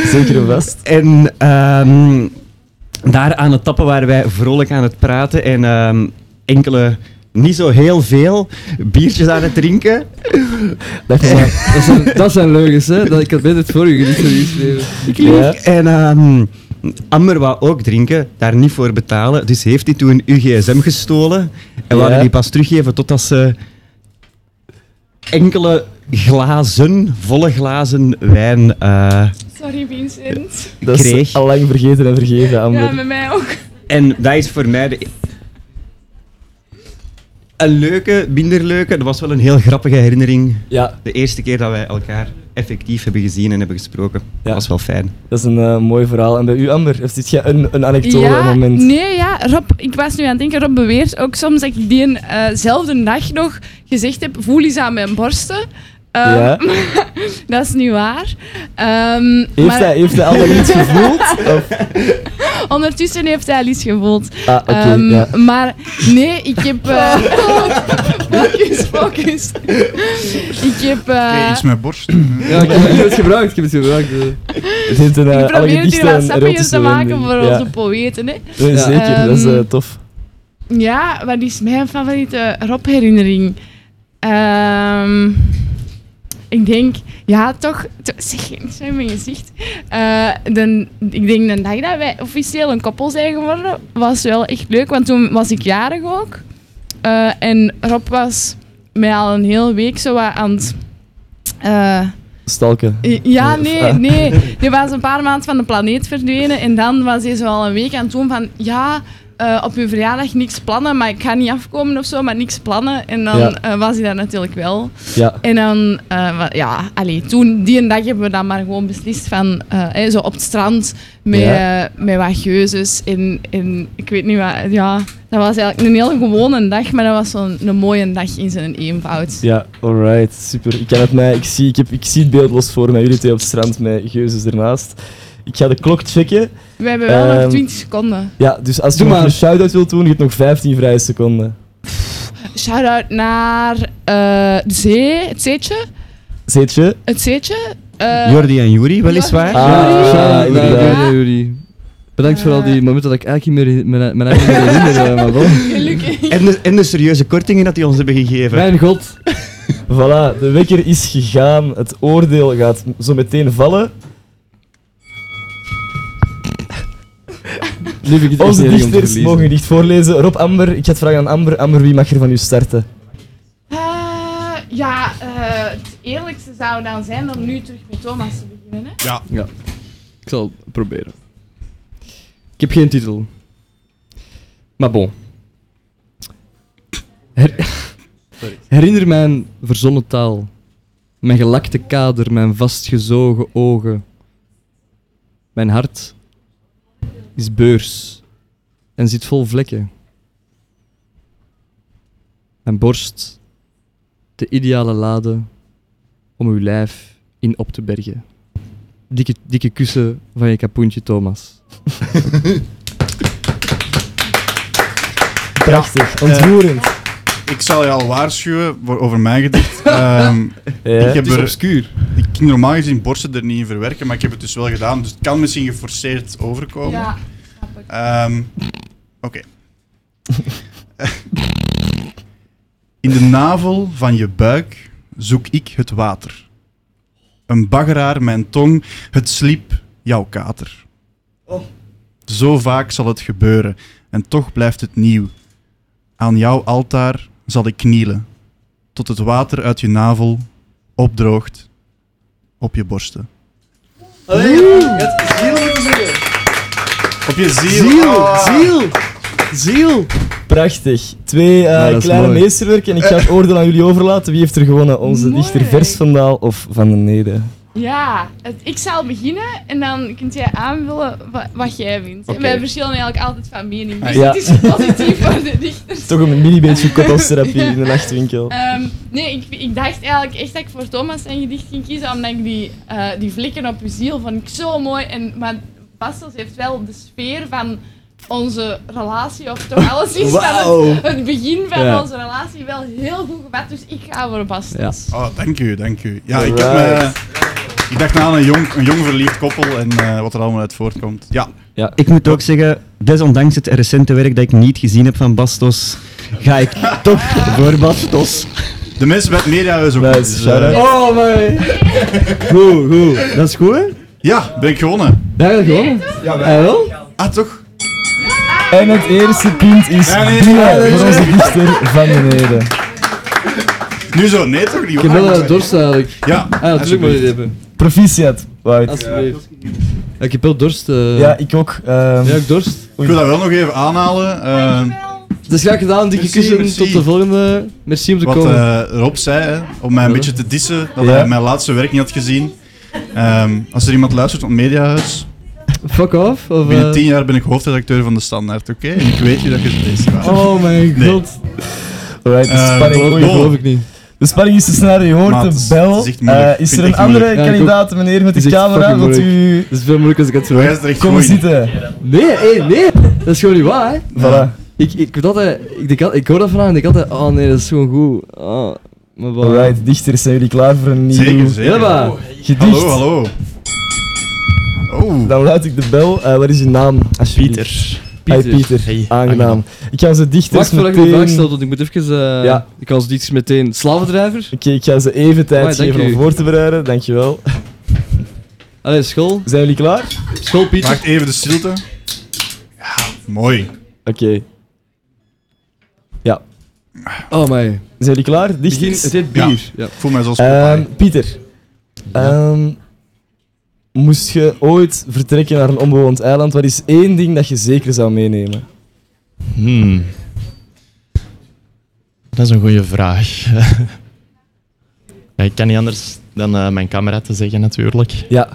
zeker en vast. en ehm, daar aan het tappen waren wij vrolijk aan het praten en ehm, enkele, niet zo heel veel, biertjes aan het drinken. Dat is waar. dat, zijn, dat zijn leugens, hè? Dat, ik had beter het vorige gedicht hebben geschreven. Ja. En ehm, Amber wou ook drinken, daar niet voor betalen. Dus heeft hij toen uw gsm gestolen. En we Ja. hadden die pas teruggeven totdat ze enkele glazen, volle glazen wijn eh, <laughs> Sorry, Vincent. Dat kreeg. is al lang vergeten en vergeven, Ja, Amber. met mij ook. En dat is voor mij de... een leuke, minder leuke. Dat was wel een heel grappige herinnering. Ja, De eerste keer dat wij elkaar effectief hebben gezien en hebben gesproken. Ja. Dat was wel fijn. dat is een eh, mooi verhaal. En bij u, Amber, heeft dit jij een, een anekdote, ja, een moment? Nee, ja, Rob, ik was nu aan het denken, Rob beweert ook soms dat ik die eenzelfde dag nog gezegd heb, voel eens aan mijn borsten. Ehm, Ja. <laughs> Dat is niet waar. Ehm, Heeft, maar hij, heeft hij al dat iets gevoeld? <laughs> Ondertussen heeft hij al iets gevoeld. Ah, oké, Ehm, ja. Maar nee, ik heb... eh, <laughs> focus, focus. ik heb... eh, Oké, iets met borst. Ja, ik heb, ik heb het gebruikt, ik heb het gebruikt. eh. Het heeft een, eh, ik probeer het hier allegediste wat en sappiger erotische te maken wending. voor Ja. onze poëten. Hè. Nee, zeker, dat is eh, Ehm, tof. Ja, wat is mijn favoriete Rob-herinnering? Ehm, ik denk, ja, toch. to- Zeg, <laughs> ik zei mijn gezicht. Eh, de, ik denk de dag dat wij officieel een koppel zijn geworden, was wel echt leuk, want toen was ik jarig ook. Eh, en Rob was mij al een hele week zo wat aan het. eh, Stalken. ja, Of, <laughs> nee, ah. nee. Die was een paar maanden van de planeet verdwenen en dan was hij zo al een week aan het doen van ja, eh, op uw verjaardag niks plannen, maar ik ga niet afkomen of zo, maar niks plannen. En dan Ja. eh, was hij daar natuurlijk wel. Ja. En dan, eh, wa- ja, allee, toen, die en dag hebben we dan maar gewoon beslist van, eh, hè, zo op het strand met, Ja. eh, met wat geuzes en, en ik weet niet wat, ja. Dat was eigenlijk een hele gewone dag, maar dat was zo'n een mooie dag in zijn eenvoud. Ja, alright, super. Ik, kan het mij, ik, zie, ik, heb, ik zie het beeld los voor mij, jullie twee op het strand met geuzes ernaast. Ik ga de klok checken. We hebben wel nog Ehm, 20 seconden. Ja, dus als je Doe nog maar. een shout-out wilt doen, je hebt nog 15 vrije seconden. Shout-out naar eh, de Zee, het zeetje. Zeetje? Het zeetje. eh, Jordi en Juri, weliswaar. Ah, ja, Juri. inderdaad, Eh. Ja. ja, Juri. Bedankt voor al die momenten dat ik eigenlijk niet meer mijn, mijn eigen meer herinner, eh, maar wel. Gelukkig. En de, en de serieuze kortingen dat die ons hebben gegeven. Mijn god. <laughs> Voilà, de wekker is gegaan. Het oordeel gaat m- zo meteen vallen. Nu heb ik het echt Onze niet erg om te dichters verliezen. mogen een dicht voorlezen. Rob Amber, ik ga het vragen aan Amber. Amber, wie mag er van u starten? eh, ja, eh, het eerlijkste zou dan zijn om nu terug met Thomas te beginnen. Hè? Ja. Ja. Ik zal het proberen. Ik heb geen titel. Maar bon. Her- <laughs> Herinner mijn verzonnen taal. Mijn gelakte kader, mijn vastgezogen ogen. Mijn hart is beurs en zit vol vlekken. Mijn borst, de ideale lade om uw lijf in op te bergen. Dikke, dikke kussen van je kapoentje, Thomas. Prachtig, Ja, ontroerend. Eh, Ik zal je al waarschuwen voor, over mijn <laughs> gedicht. Ehm, ik heb Het is er, obscuur. ik ging normaal gezien borsten er niet in verwerken, maar ik heb het dus wel gedaan. Dus het kan misschien geforceerd overkomen. Ja. Ehm, Oké. <laughs> In de navel van je buik zoek ik het water. Een baggeraar mijn tong, het sliep jouw kater. Zo vaak zal het gebeuren en toch blijft het nieuw. Aan jouw altaar zal ik knielen, tot het water uit je navel opdroogt op je borsten. Allee, het is heel moeten zeggen. Op je ziel. Ziel, Ah. ziel, ziel. Prachtig. Twee eh, Ja, dat is kleine mooi. meesterwerken. En ik ga het oordeel aan jullie overlaten. Wie heeft er gewonnen? Onze Mooi. dichter Vers van Daal of Van den Nede? Ja, het- ik zal beginnen en dan kunt jij aanvullen wa- wat, jij vindt. Oké. En wij verschillen eigenlijk altijd van mening. <laughs> Dus Ja. het is positief voor de dichters. Toch een mini beetje koppelstherapie in de nachtwinkel. Ehm, nee, ik, ik dacht eigenlijk echt dat ik voor Thomas een gedicht ging kiezen, omdat ik die, eh, die vlekken op uw ziel vond ik zo mooi. En, maar Bastels heeft wel de sfeer van onze relatie, of toch alleszins van Wauw. het, het begin van Ja. onze relatie, wel heel goed gevat. Dus ik ga voor Bastels. Ja. Oh, dank u, dank u. Ja, ik, heb Alright. me, ik dacht aan een jong, een jong verliefd koppel en eh, wat er allemaal uit voortkomt. Ja, Ik moet ook zeggen, desondanks het recente werk dat ik niet gezien heb van Bastos, ga ik <laughs> toch voor Bastos. de mensen bij het mediahuis ook. dus, eh, Oh, man. Goed, goed. Dat is goed, hè? ja, ben ik gewonnen. Ja, dat gewoon. Ja, wel? Ah, toch? En het eerste punt is Ja, nee, binnen nee, nee, voor onze nee. dichter Van den Nede. Nu zo, nee toch niet? Ik heb waar? wel eh, dorst eigenlijk. Ja, Ah, natuurlijk moet je dit alsjeblieft. hebben. Proficiat, Wout. Alsjeblieft. Ja, ik heb wel dorst. eh. Ja, ik ook. ehm, Ja, ik dorst. Ik wil dat wel nog even aanhalen. eh, Dus graag gedaan, dikke Merci, kussen. merci. Tot de volgende. Merci om te wat komen. eh, Rob zei, hè, om mij een beetje te dissen, dat hij Ja. mijn laatste werk niet had gezien. Ehm, als er iemand luistert van het mediahuis, Fuck off. Of, binnen eh, tien jaar ben ik hoofdredacteur van De Standaard, oké? En ik weet nu dat je het leest. maar- Oh mijn Nee. god. Alright, de Eh, spanning Bo- groeit, Bo, geloof ik niet. De spanning is te snel, je hoort Maat, de bel. het is echt moeilijk. Eh, Ik is vind het er een echt andere moeilijk. Ja, ik kandidaat, ook. meneer, met Het de is echt camera? fucking Dat u... moeilijk. Het is veel moeilijker als ik het zo Wij zijn er echt Kom eens moeilijk. Nee, hé, nee. Dat is gewoon niet waar, hè. Voilà. Ik, ik, word altijd, ik, denk al- ik hoor dat vandaag en ik denk altijd, oh nee, dat is gewoon goed. Oh, maar wat- Alright, dichters, zijn jullie klaar voor een nieuw... Zeker, zeker. Ja, maar. Gedicht. Hallo, Oh. hallo. Dan luid ik de bel. Eh, wat is uw naam? alsjeblieft? Pieter. Hi Pieter. Pieter, Hey, aangenaam. aangenaam. Ik ga ze dichters Wacht voordat ik meteen... de vraag stel, want ik moet even... eh, Ja. Ik kan als iets meteen... Slavendrijver? Oké, ik ga ze even tijd Amai, dank geven om u. voor te bereiden, dankjewel. Allee, school. Zijn jullie klaar? School, Pieter. Maakt even de stilte. Mooi. Oké. Ja. Oh, mij. Zijn jullie klaar? Begin- Dichters? het heet bier. Ja. Ja. Voel mij zoals Ehm, Pieter. Ehm, moest je ooit vertrekken naar een onbewoond eiland, wat is één ding dat je zeker zou meenemen? Hmm. Dat is een goede vraag. <laughs> Ja, ik kan niet anders dan eh, mijn camera te zeggen, natuurlijk. Ja.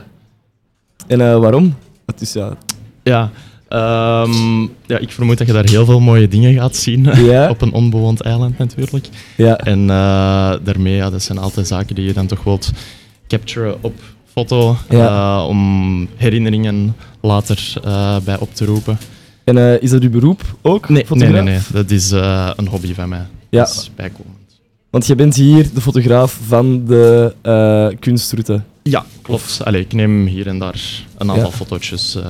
En eh, waarom? Het is ja... Ja, ehm, ja, ik vermoed dat je daar heel veel mooie dingen gaat zien. <laughs> Ja. op een onbewoond eiland natuurlijk. Ja. En eh, daarmee, ja, dat zijn altijd zaken die je dan toch wilt capturen op foto. Ja. eh, om herinneringen later eh, bij op te roepen. En eh, is dat uw beroep ook? Nee, nee, fotograaf? nee, nee. Dat is eh, een hobby van mij. Ja. Dat is bijkomend. Want je bent hier de fotograaf van de eh, kunstroute. Ja, klopt. Allee, ik neem hier en daar een aantal Ja. fotootjes. eh,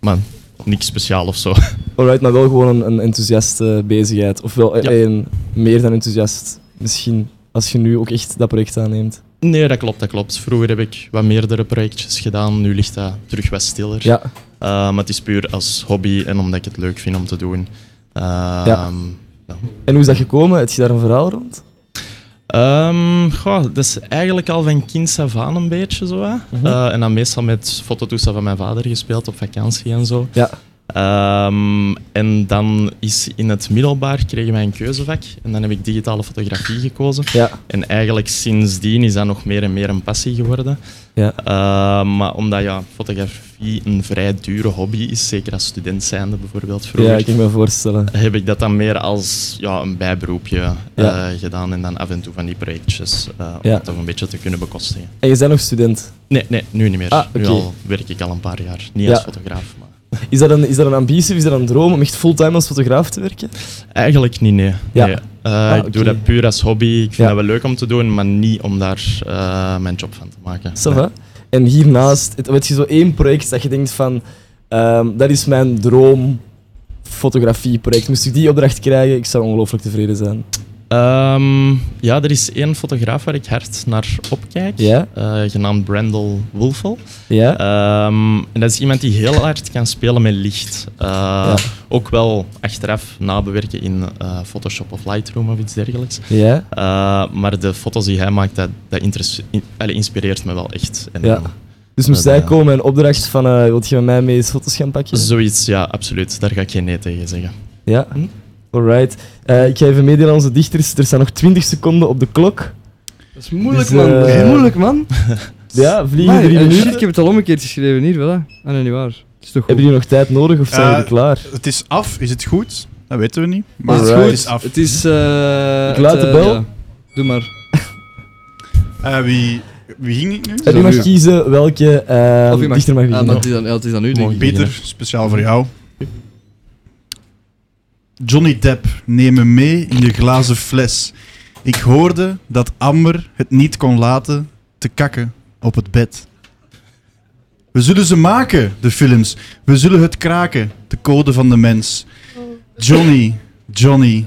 maar niks speciaal of zo. <laughs> Alright, maar wel gewoon een, een enthousiaste bezigheid. Of wel eh, Ja. een meer dan enthousiast. Misschien als je nu ook echt dat project aanneemt. Nee, dat klopt, dat klopt. Vroeger heb ik wat meerdere projectjes gedaan. Nu ligt dat terug wat stiller. Ja. Eh, maar het is puur als hobby en omdat ik het leuk vind om te doen. Eh, Ja. ja. En hoe is dat gekomen? Heb je daar een verhaal rond? Ehm, goh, dat is eigenlijk al van kinds af aan een beetje zo. hè. Mhm. Eh, en dan meestal met fototoestel van mijn vader gespeeld op vakantie en zo. Ja. Ehm, en dan is in het middelbaar kregen wij een keuzevak en dan heb ik digitale fotografie gekozen. Ja. En eigenlijk sindsdien is dat nog meer en meer een passie geworden. Ja. Ehm, maar omdat ja, fotografie een vrij dure hobby is, zeker als student zijnde bijvoorbeeld vroeger Ja, ik kan me voorstellen. heb ik dat dan meer als ja, een bijberoepje Ja. eh, gedaan en dan af en toe van die projectjes eh, om Ja. het toch een beetje te kunnen bekostigen. En je bent nog student? Nee, nee nu niet meer. Ah, Nu oké. al werk ik al een paar jaar. Niet Ja. als fotograaf. Maar Is dat, een, is dat een ambitie of is dat een droom om echt fulltime als fotograaf te werken? eigenlijk niet, nee. Ja. nee. Eh, Ah, Ik doe oké. dat puur als hobby. Ik vind Ja. dat wel leuk om te doen, maar niet om daar eh, mijn job van te maken. Ça Nee. va. En hiernaast, het- weet je zo één project dat je denkt van, ehm, dat is mijn droom fotografieproject. Moest ik die opdracht krijgen, ik zou ongelooflijk tevreden zijn. Ehm, ja, er is één fotograaf waar ik hard naar opkijk, Ja. eh, genaamd Brendel Wolfel. Ja. Ehm, en dat is iemand die heel hard kan spelen met licht. Eh, Ook wel achteraf nabewerken in eh, Photoshop of Lightroom of iets dergelijks. Ja. Eh, maar de foto's die hij maakt, dat, dat interesse- in- allee, inspireert me wel echt. Ja. enorm. Dus moest Dat, zij eh, komen en opdracht van, eh wilt je met mij mee eens foto's gaan pakken? Zoiets, ja, absoluut. Daar ga ik geen nee tegen zeggen. Ja. Alright. Eh, ik ga even meedelen aan onze dichters. Er staan nog 20 seconden op de klok. Dat is moeilijk, Dus, man. Dat is eh, moeilijk, man. <laughs> Ja, vliegen Amai, drie eh, minuten. Shit, ik heb het al om een keertje geschreven hier, voilà. Ah, nee, niet waar. Het is toch goed. Hebben jullie nog tijd nodig of zijn Eh, jullie klaar? Het is af, is het goed? Dat weten we niet. Maar Het is het goed. is af. Het is... eh, Ik laat het, de eh, bel. ja. Doe maar. Eh, wie, wie ging ik nu? En u mag kiezen welke eh, Of u mag- dichter mag Ah, beginnen. maar het is aan- ja, het is aan u, denk ik. Peter, speciaal voor jou. Johnny Depp, neem me mee in je glazen fles. Ik hoorde dat Amber het niet kon laten te kakken op het bed. We zullen ze maken, de films. We zullen het kraken, de code van de mens. Johnny, Johnny,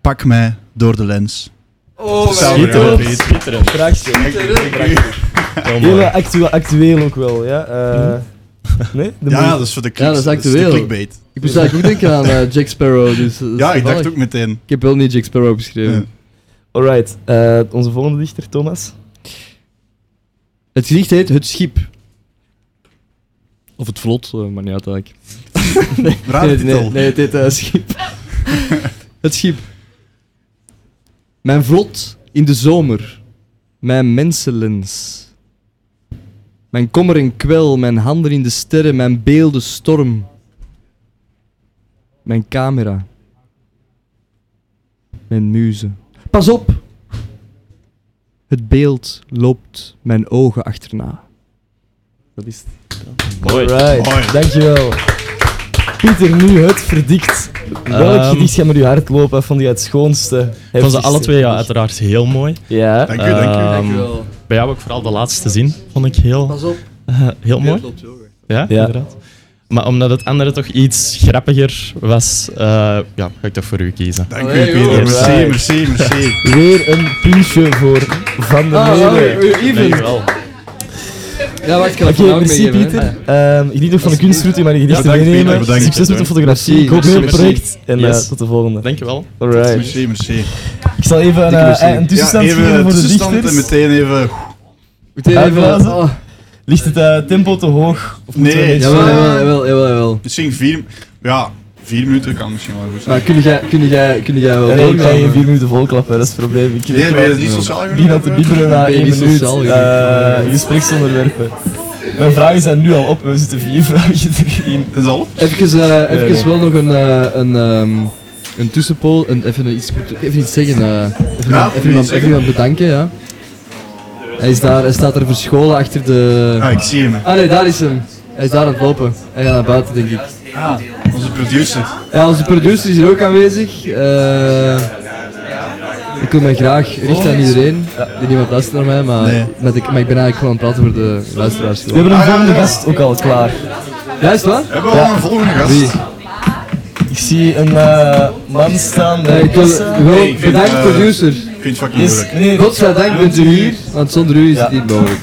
pak mij door de lens. Oh, Speciaal voor jou, Peter. Prachtig. Schitterend. Prachtig. mooi. Heel eh, actueel, actueel ook wel, ja. Eh, nee? De Ja, moe- dat is voor de Ja, kliks. dat is de actueel. clickbait. Ik moest eigenlijk ook denken aan eh, Jack Sparrow. Dus, eh, dat is Ja, ik dacht toevallig. ook meteen. Ik heb wel niet Jack Sparrow beschreven. Ja. Alright, eh, onze volgende dichter, Thomas. Het gedicht heet Het Schip. Of het vlot, eh, maar niet uit eigenlijk. <laughs> nee, Raar nee, titel. nee, nee, het heet eh, Schip. het Schip. Mijn vlot in de zomer. Mijn mensenlens. Mijn kommer en kwel, mijn handen in de sterren, mijn beelden storm. Mijn camera. Mijn muze. Pas op! Het beeld loopt mijn ogen achterna. Dat is het. Mooi. Alright, Mooi. dankjewel. Pieter, nu het verdikt. Welk Ehm, gedicht gaat met uw hart lopen? Vond je het schoonste? Ik vond ze heftigste? alle twee ja, uiteraard heel mooi. Ja. Dank u, dank u. Ehm, Dank u wel. Bij jou ook vooral de laatste zin vond ik heel, eh, Pas op. heel Het mooi. loopt zo Ja, Ja. inderdaad. Maar omdat het andere toch iets grappiger was, eh, ja, ga ik toch voor u kiezen. Dank u, Allee, Pieter. joh. Merci, Alright. merci, merci. Weer een puntje voor Van der Ah, Meulen. sorry, even. Dankjewel. Ja, wacht, ik kan Oké, het van jou ook merci meegeven, hè. Pieter. Ehm, geniet nog van de kunstroute, maar je Ja, gedichten dank Pieter, meenemen. bedankt. Succes met de fotografie. Ik hoop heel het project. En eh, Yes. tot de volgende. Dankjewel. Alright. Merci, merci. Ik zal even Dikke merci. eh, een tussenstand Ja, even geven voor de tussenstand dichters. en meteen even... Meteen even- Uitblazen. oh. Ligt het eh, tempo te hoog? Of moeten we een Nee. beetje- jawel, jawel. Misschien vier... Ja, vier minuten kan misschien wel goed zijn. Maar kun jij, kun jij, kun jij wel Nee, ik ga volklappen? je vier minuten volklappen, dat is het probleem. Ik Nee, ben je niet sociaal genoeg? Begin al te bibberen na Ben je één niet minuut. sociaal genoeg? Eh, Gespreksonderwerpen. Mijn vragen zijn nu al op, we zitten vier <laughs> vragen erin. Dat is al op? Even, eh, Nee, even nee. wel nog een, eh, een, ehm, een tussenpool. Een, even, iets, moeten- even iets zeggen. eh. even, Ja, even, iemand, even iemand bedanken, ja. Hij, is daar, hij staat er verscholen achter de... Ah, ik zie hem. Ah nee, daar is hem. Hij is daar aan het lopen. Hij gaat naar buiten, denk ik. Ah, onze producer. Ja, onze producer is hier ook aanwezig. Eh, ik wil mij graag richten aan iedereen. Die niemand luistert naar mij, maar, met ik, maar ik ben eigenlijk gewoon aan het praten voor de luisteraars. We hebben een volgende gast ook al klaar. Ja, is het waar? Hebben we al een volgende gast? Wie? Ik zie een eh, man staan bij Eh, ik wil- de kassa. wel, Nee, ik vind, bedankt, eh, producer. ik vind het Is- nee, Godzijdank bent u hier, want zonder u is het niet mogelijk.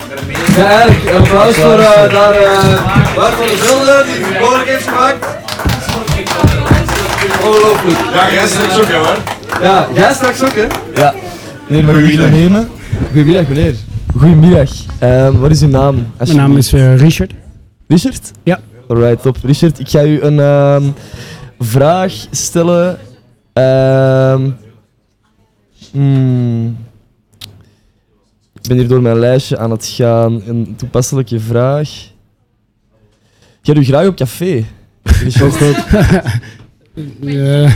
Ja, eigenlijk, een applaus voor eh, daar... eh waar van de Velde, die het mogelijk heeft gemaakt. Ongelooflijk. Ja, jij straks ook, hè, hoor. Ja, jij straks ook, hè. Ja. Meneer, mag ik u nemen? Goedemiddag, meneer. Goedemiddag. Ehm, wat is uw naam? Mijn naam is eh, Richard. Richard? Ja. Alright, top. Richard, ik ga u een ehm, vraag stellen. Ehm, hmm. Ik ben hier door mijn lijstje aan het gaan. Een toepasselijke vraag. Gaat u graag op café? Richard? Eh,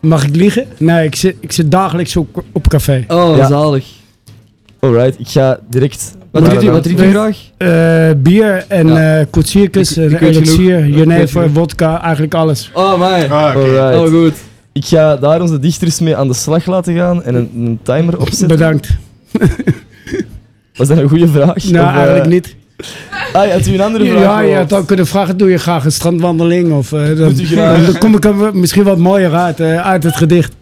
mag ik liegen? Nee, ik zit, ik zit dagelijks op, op café. <laughs> Oh, zalig. Alright, ik ga direct... Wat drinkt u- wat drinkt u graag? Eh, bier en eh koetsierkes, Ik- en ik weet genoeg. elixir, Ik weet jenever, genoeg. vodka, eigenlijk alles. Oh, my. Alright. Oh, goed. Ik ga daar onze dichters mee aan de slag laten gaan en een, een timer opzetten. Bedankt. <laughs> Was dat een goede vraag? Nou, Of, eh, eigenlijk niet. Oh, Ah, je had u een andere vraag? Ja, je gehoord? had ook kunnen vragen, doe je graag een strandwandeling? Of, eh, dan, Doet u graag- dan kom ik er misschien wat mooier uit, eh, uit het gedicht.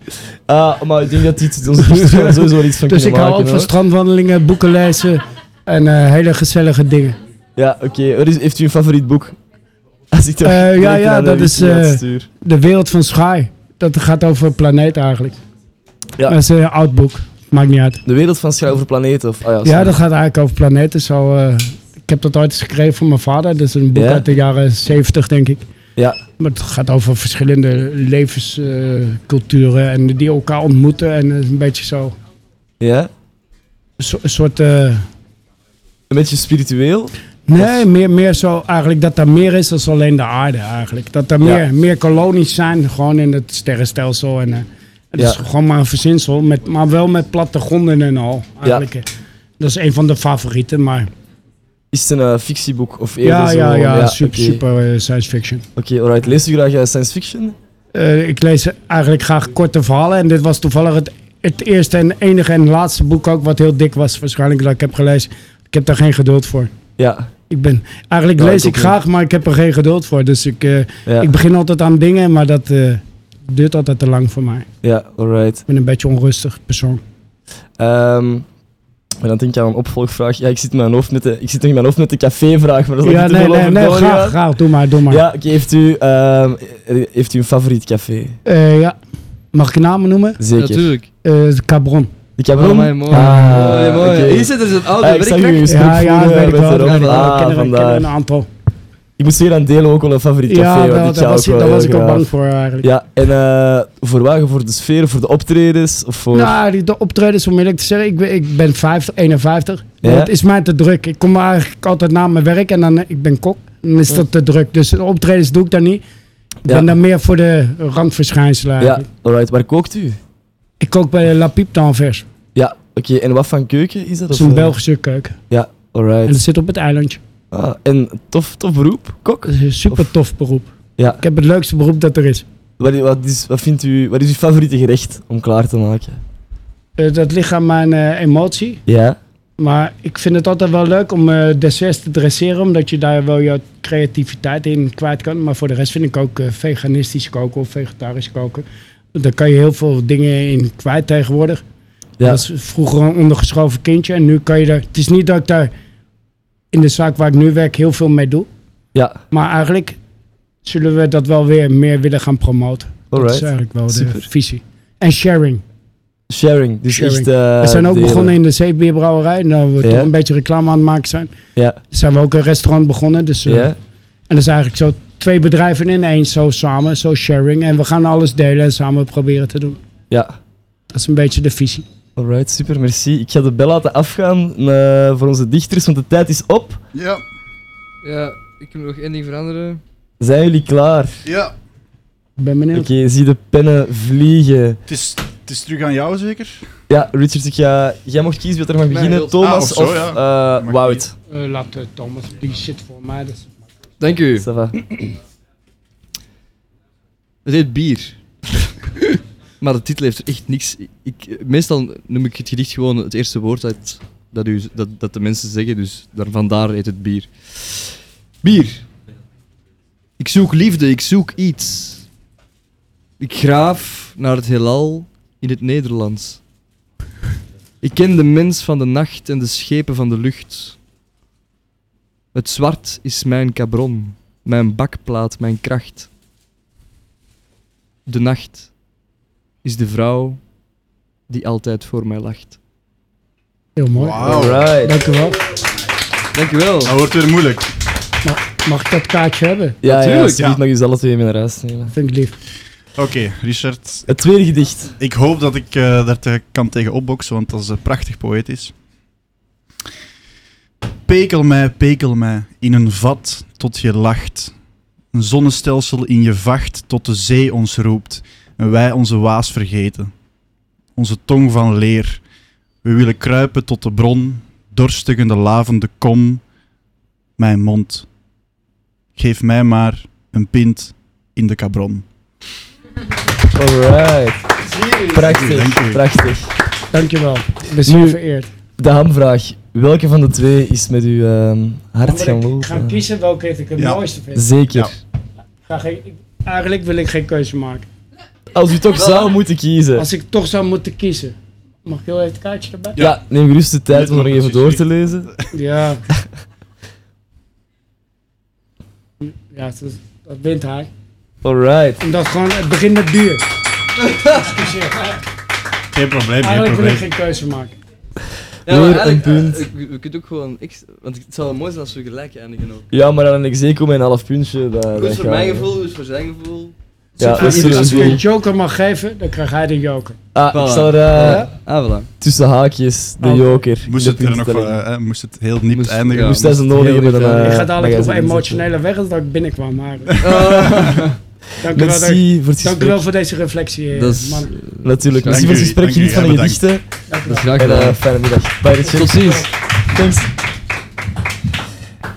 Ah, maar ik denk dat dit, onze dichters gaan <laughs> sowieso wel iets <laughs> van Dus ik kunnen hou maken, ook van hoor. strandwandelingen, boeken lezen en eh, hele gezellige <laughs> dingen. Ja, oké. Er is- Heeft u een favoriet boek? <laughs> Als ik toch Eh, ja, direct ja, naar de dat is Wikipedia eh, stuur. De Wereld van Schaai. Dat gaat over planeten eigenlijk. Ja. Dat is een oud boek. Maakt niet uit. De wereld van schrijver planeten of... Ah, ja, Ja, sorry. dat gaat eigenlijk over planeten. Zo, eh, ik heb dat ooit eens gekregen van mijn vader. Dat is een boek Ja? uit de jaren 70 denk ik. Ja. Maar het gaat over verschillende levensculturen en die elkaar ontmoeten. En het is een beetje zo. Ja? zo- een soort. eh, Een beetje spiritueel? Nee, meer, meer zo eigenlijk dat er meer is dan alleen de aarde eigenlijk. Dat er Ja. meer, meer kolonies zijn, gewoon in het sterrenstelsel. En, eh, het Ja. is gewoon maar een verzinsel, met, maar wel met plattegronden en al. Eigenlijk. eh. Dat is een van de favorieten, maar Is het een eh, fictieboek of eerder ja, zo? ja, ja, super, oké. super eh, science fiction. Oké, alright. Leest u graag eh, science fiction? Eh, ik lees eigenlijk graag korte verhalen en dit was toevallig het, het eerste en enige en laatste boek ook wat heel dik was waarschijnlijk dat ik heb gelezen. Ik heb daar geen geduld voor. Ja. Ik ben, eigenlijk Ja, lees ik ik ook graag, maar ik heb er geen geduld voor. Dus ik, eh, Ja. ik begin altijd aan dingen, maar dat eh, duurt altijd te lang voor mij. Ja, alright. Ik ben een beetje onrustig persoon. Ehm, maar dan denk ik aan een opvolgvraag. Ja, ik zit in mijn hoofd met de, ik zit nog in mijn hoofd met de cafévraag, maar dat is Ja, niet te nee, veel nee, over nee, doorgaan. graag, graag. Doe maar, doe maar. Ja, oké, heeft, u, ehm, eh, heeft u een favoriet café? Eh, ja. Mag ik namen noemen? Zeker. Natuurlijk. Eh, de Cabron. Ik heb wel... Amai, Oh, mooi. Mooi, mooi. Hier zit dus een oude ah, ik zag werkplek. uw gesprek Ja, ja, voeren dat weet ik met wel. de Rob. Ja, dat Ah, kennen we- vandaar. kennen we een aantal. Ik moest hier aan delen ook wel een favoriet Ja, café. want wel, ik daar ga was ook ik- wel daar was heel ik al graag. bang voor eigenlijk. Ja, en eh, voor wagen, voor de sfeer, voor de optredens? Of voor... Nou, die de optredens, om eerlijk te zeggen, ik ben, ik ben 50, 51. Ja? Het is mij te druk. Ik kom eigenlijk altijd na mijn werk en dan, eh, ik ben kok. Dan is dat te druk. Dus de optredens doe ik dan niet. Ik Ja. ben dan meer voor de randverschijnselen ja, eigenlijk. alright. Waar kookt u? Ik kook bij La Pipe d'Anvers. Ja, oké, Oké, en wat van keuken is dat? Het is of, een eh? Belgische keuken. Ja, alright. En dat zit op het eilandje. Ah, en tof, tof beroep, kok? Een super tof beroep. Ja. Ik heb het leukste beroep dat er is. Wat, i- wat, is, wat, vindt u, wat is uw favoriete gerecht om klaar te maken? Eh, dat ligt aan mijn eh, emotie. Ja? Maar ik vind het altijd wel leuk om eh desserts te dresseren, omdat je daar wel jouw creativiteit in kwijt kan. Maar voor de rest vind ik ook eh, veganistisch koken of vegetarisch koken. Daar kan je heel veel dingen in kwijt tegenwoordig. Ja. Dat is vroeger een ondergeschoven kindje en nu kan je daar... Het is niet dat ik daar in de zaak waar ik nu werk heel veel mee doe. Ja. Maar eigenlijk zullen we dat wel weer meer willen gaan promoten. Dat Alright. is eigenlijk wel de Super. visie. En sharing. Sharing, dus Sharing. echt... eh, we zijn ook delen. begonnen in de zeepbierbrouwerij. Nou, we Ja. toch een beetje reclame aan het maken zijn. Ja. Zijn we ook een restaurant begonnen. Dus, eh, Ja. En dat is eigenlijk zo twee bedrijven in één. Zo samen, zo sharing. En we gaan alles delen en samen proberen te doen. Ja. Dat is een beetje de visie. Alright, super, merci. Ik ga de bel laten afgaan eh, voor onze dichters, want de tijd is op. Ja. Ja, ik moet nog één ding veranderen. Zijn jullie klaar? Ja. Ik ben benieuwd. Oké, zie de pennen vliegen. Het is, het is terug aan jou zeker? Ja, Richard, ik ga, jij mocht kiezen wie er mag Mij beginnen. heel- Thomas Ah, of zo, of, ja. eh, Wout. laat eh, Thomas, die shit voor mij. dus- Dank u. Ça va. Het heet bier. <laughs> maar de titel heeft er echt niks. Ik, meestal noem ik het gedicht gewoon het eerste woord dat, dat, u, dat, dat de mensen zeggen, dus daar, vandaar heet het bier. Bier. Ik zoek liefde, ik zoek iets. Ik graaf naar het heelal in het Nederlands. Ik ken de mens van de nacht en de schepen van de lucht. Het zwart is mijn cabron, mijn bakplaat, mijn kracht. De nacht is de vrouw die altijd voor mij lacht. Heel mooi. Wauw. Alright. Dank u wel. Dankjewel. Dat wordt weer moeilijk. Mag, mag ik dat kaartje hebben? Ja, ja, Natuurlijk, alsjeblieft, ja. mag je zelf twee mee naar huis nemen. Vind ik lief. Oké, Richard. Het tweede gedicht. Ik hoop dat ik eh, daar te, kan tegen opboksen, want dat is eh, prachtig poëtisch. Pekel mij, pekel mij, in een vat tot je lacht. Een zonnestelsel in je vacht tot de zee ons roept en wij onze waas vergeten. Onze tong van leer. We willen kruipen tot de bron, dorstig in de lavende kom. Mijn mond. Geef mij maar een pint in de cabron. Alright. Dank Prachtig, u. prachtig. Dankjewel. Ik ben zeer Nu- vereerd. De hamvraag. Welke van de twee is met uw ehm, hart gaan Moet ik lopen? gaan kiezen welke ik het Ja. mooiste vind. Zeker. Ga geen- ik- eigenlijk wil ik geen keuze maken. Als u toch zou moeten kiezen. Als ik toch zou moeten kiezen. Mag ik heel even het kaartje erbij? Ja, neem gerust de tijd om nog even door te lezen. Ja. <laughs> Ja, het is- dat wint hij. Alright. Omdat gewoon, het begint met duur. Geen probleem, Eigenlijk geen wil Ah, ik probleem. geen keuze maken. Ja, maar Weer eigenlijk, een punt. eh, ik- we kunnen ook gewoon extra, want het zou wel mooi zijn als we gelijk eindigen ook. Ja, maar dan een execo met een half puntje. eh, Dat, dat Goed voor gaat mijn niet. gevoel, goed voor zijn gevoel. Ja, Als dat ik- als is ik een een joker mag geven, dan krijgt hij de joker. Ah, ik Voilà. zal er eh, Ja? Ah, voilà. tussen haakjes de Oké. joker. Moest de het er nog wel, puntstelling. eh, moest het heel niet Moest- eindigen. ja, Moest dat ze moest het nodig heel hebben, dan... even- eh, ik ga dadelijk mag op jij ze inzetten. emotionele weg als dat ik binnenkwam. <laughs> Maar... Dank u wel, Merci dank- voor het dank u wel gesprek. voor deze reflectie. eh, Dat is- mannen. Natuurlijk, Dank merci voor het u, gesprek. dank u, Geniet van de ja, bedankt. gedichten. Dat is graag En eh, gedaan. fijne middag. Bye, Richard. Tot ziens. Thanks.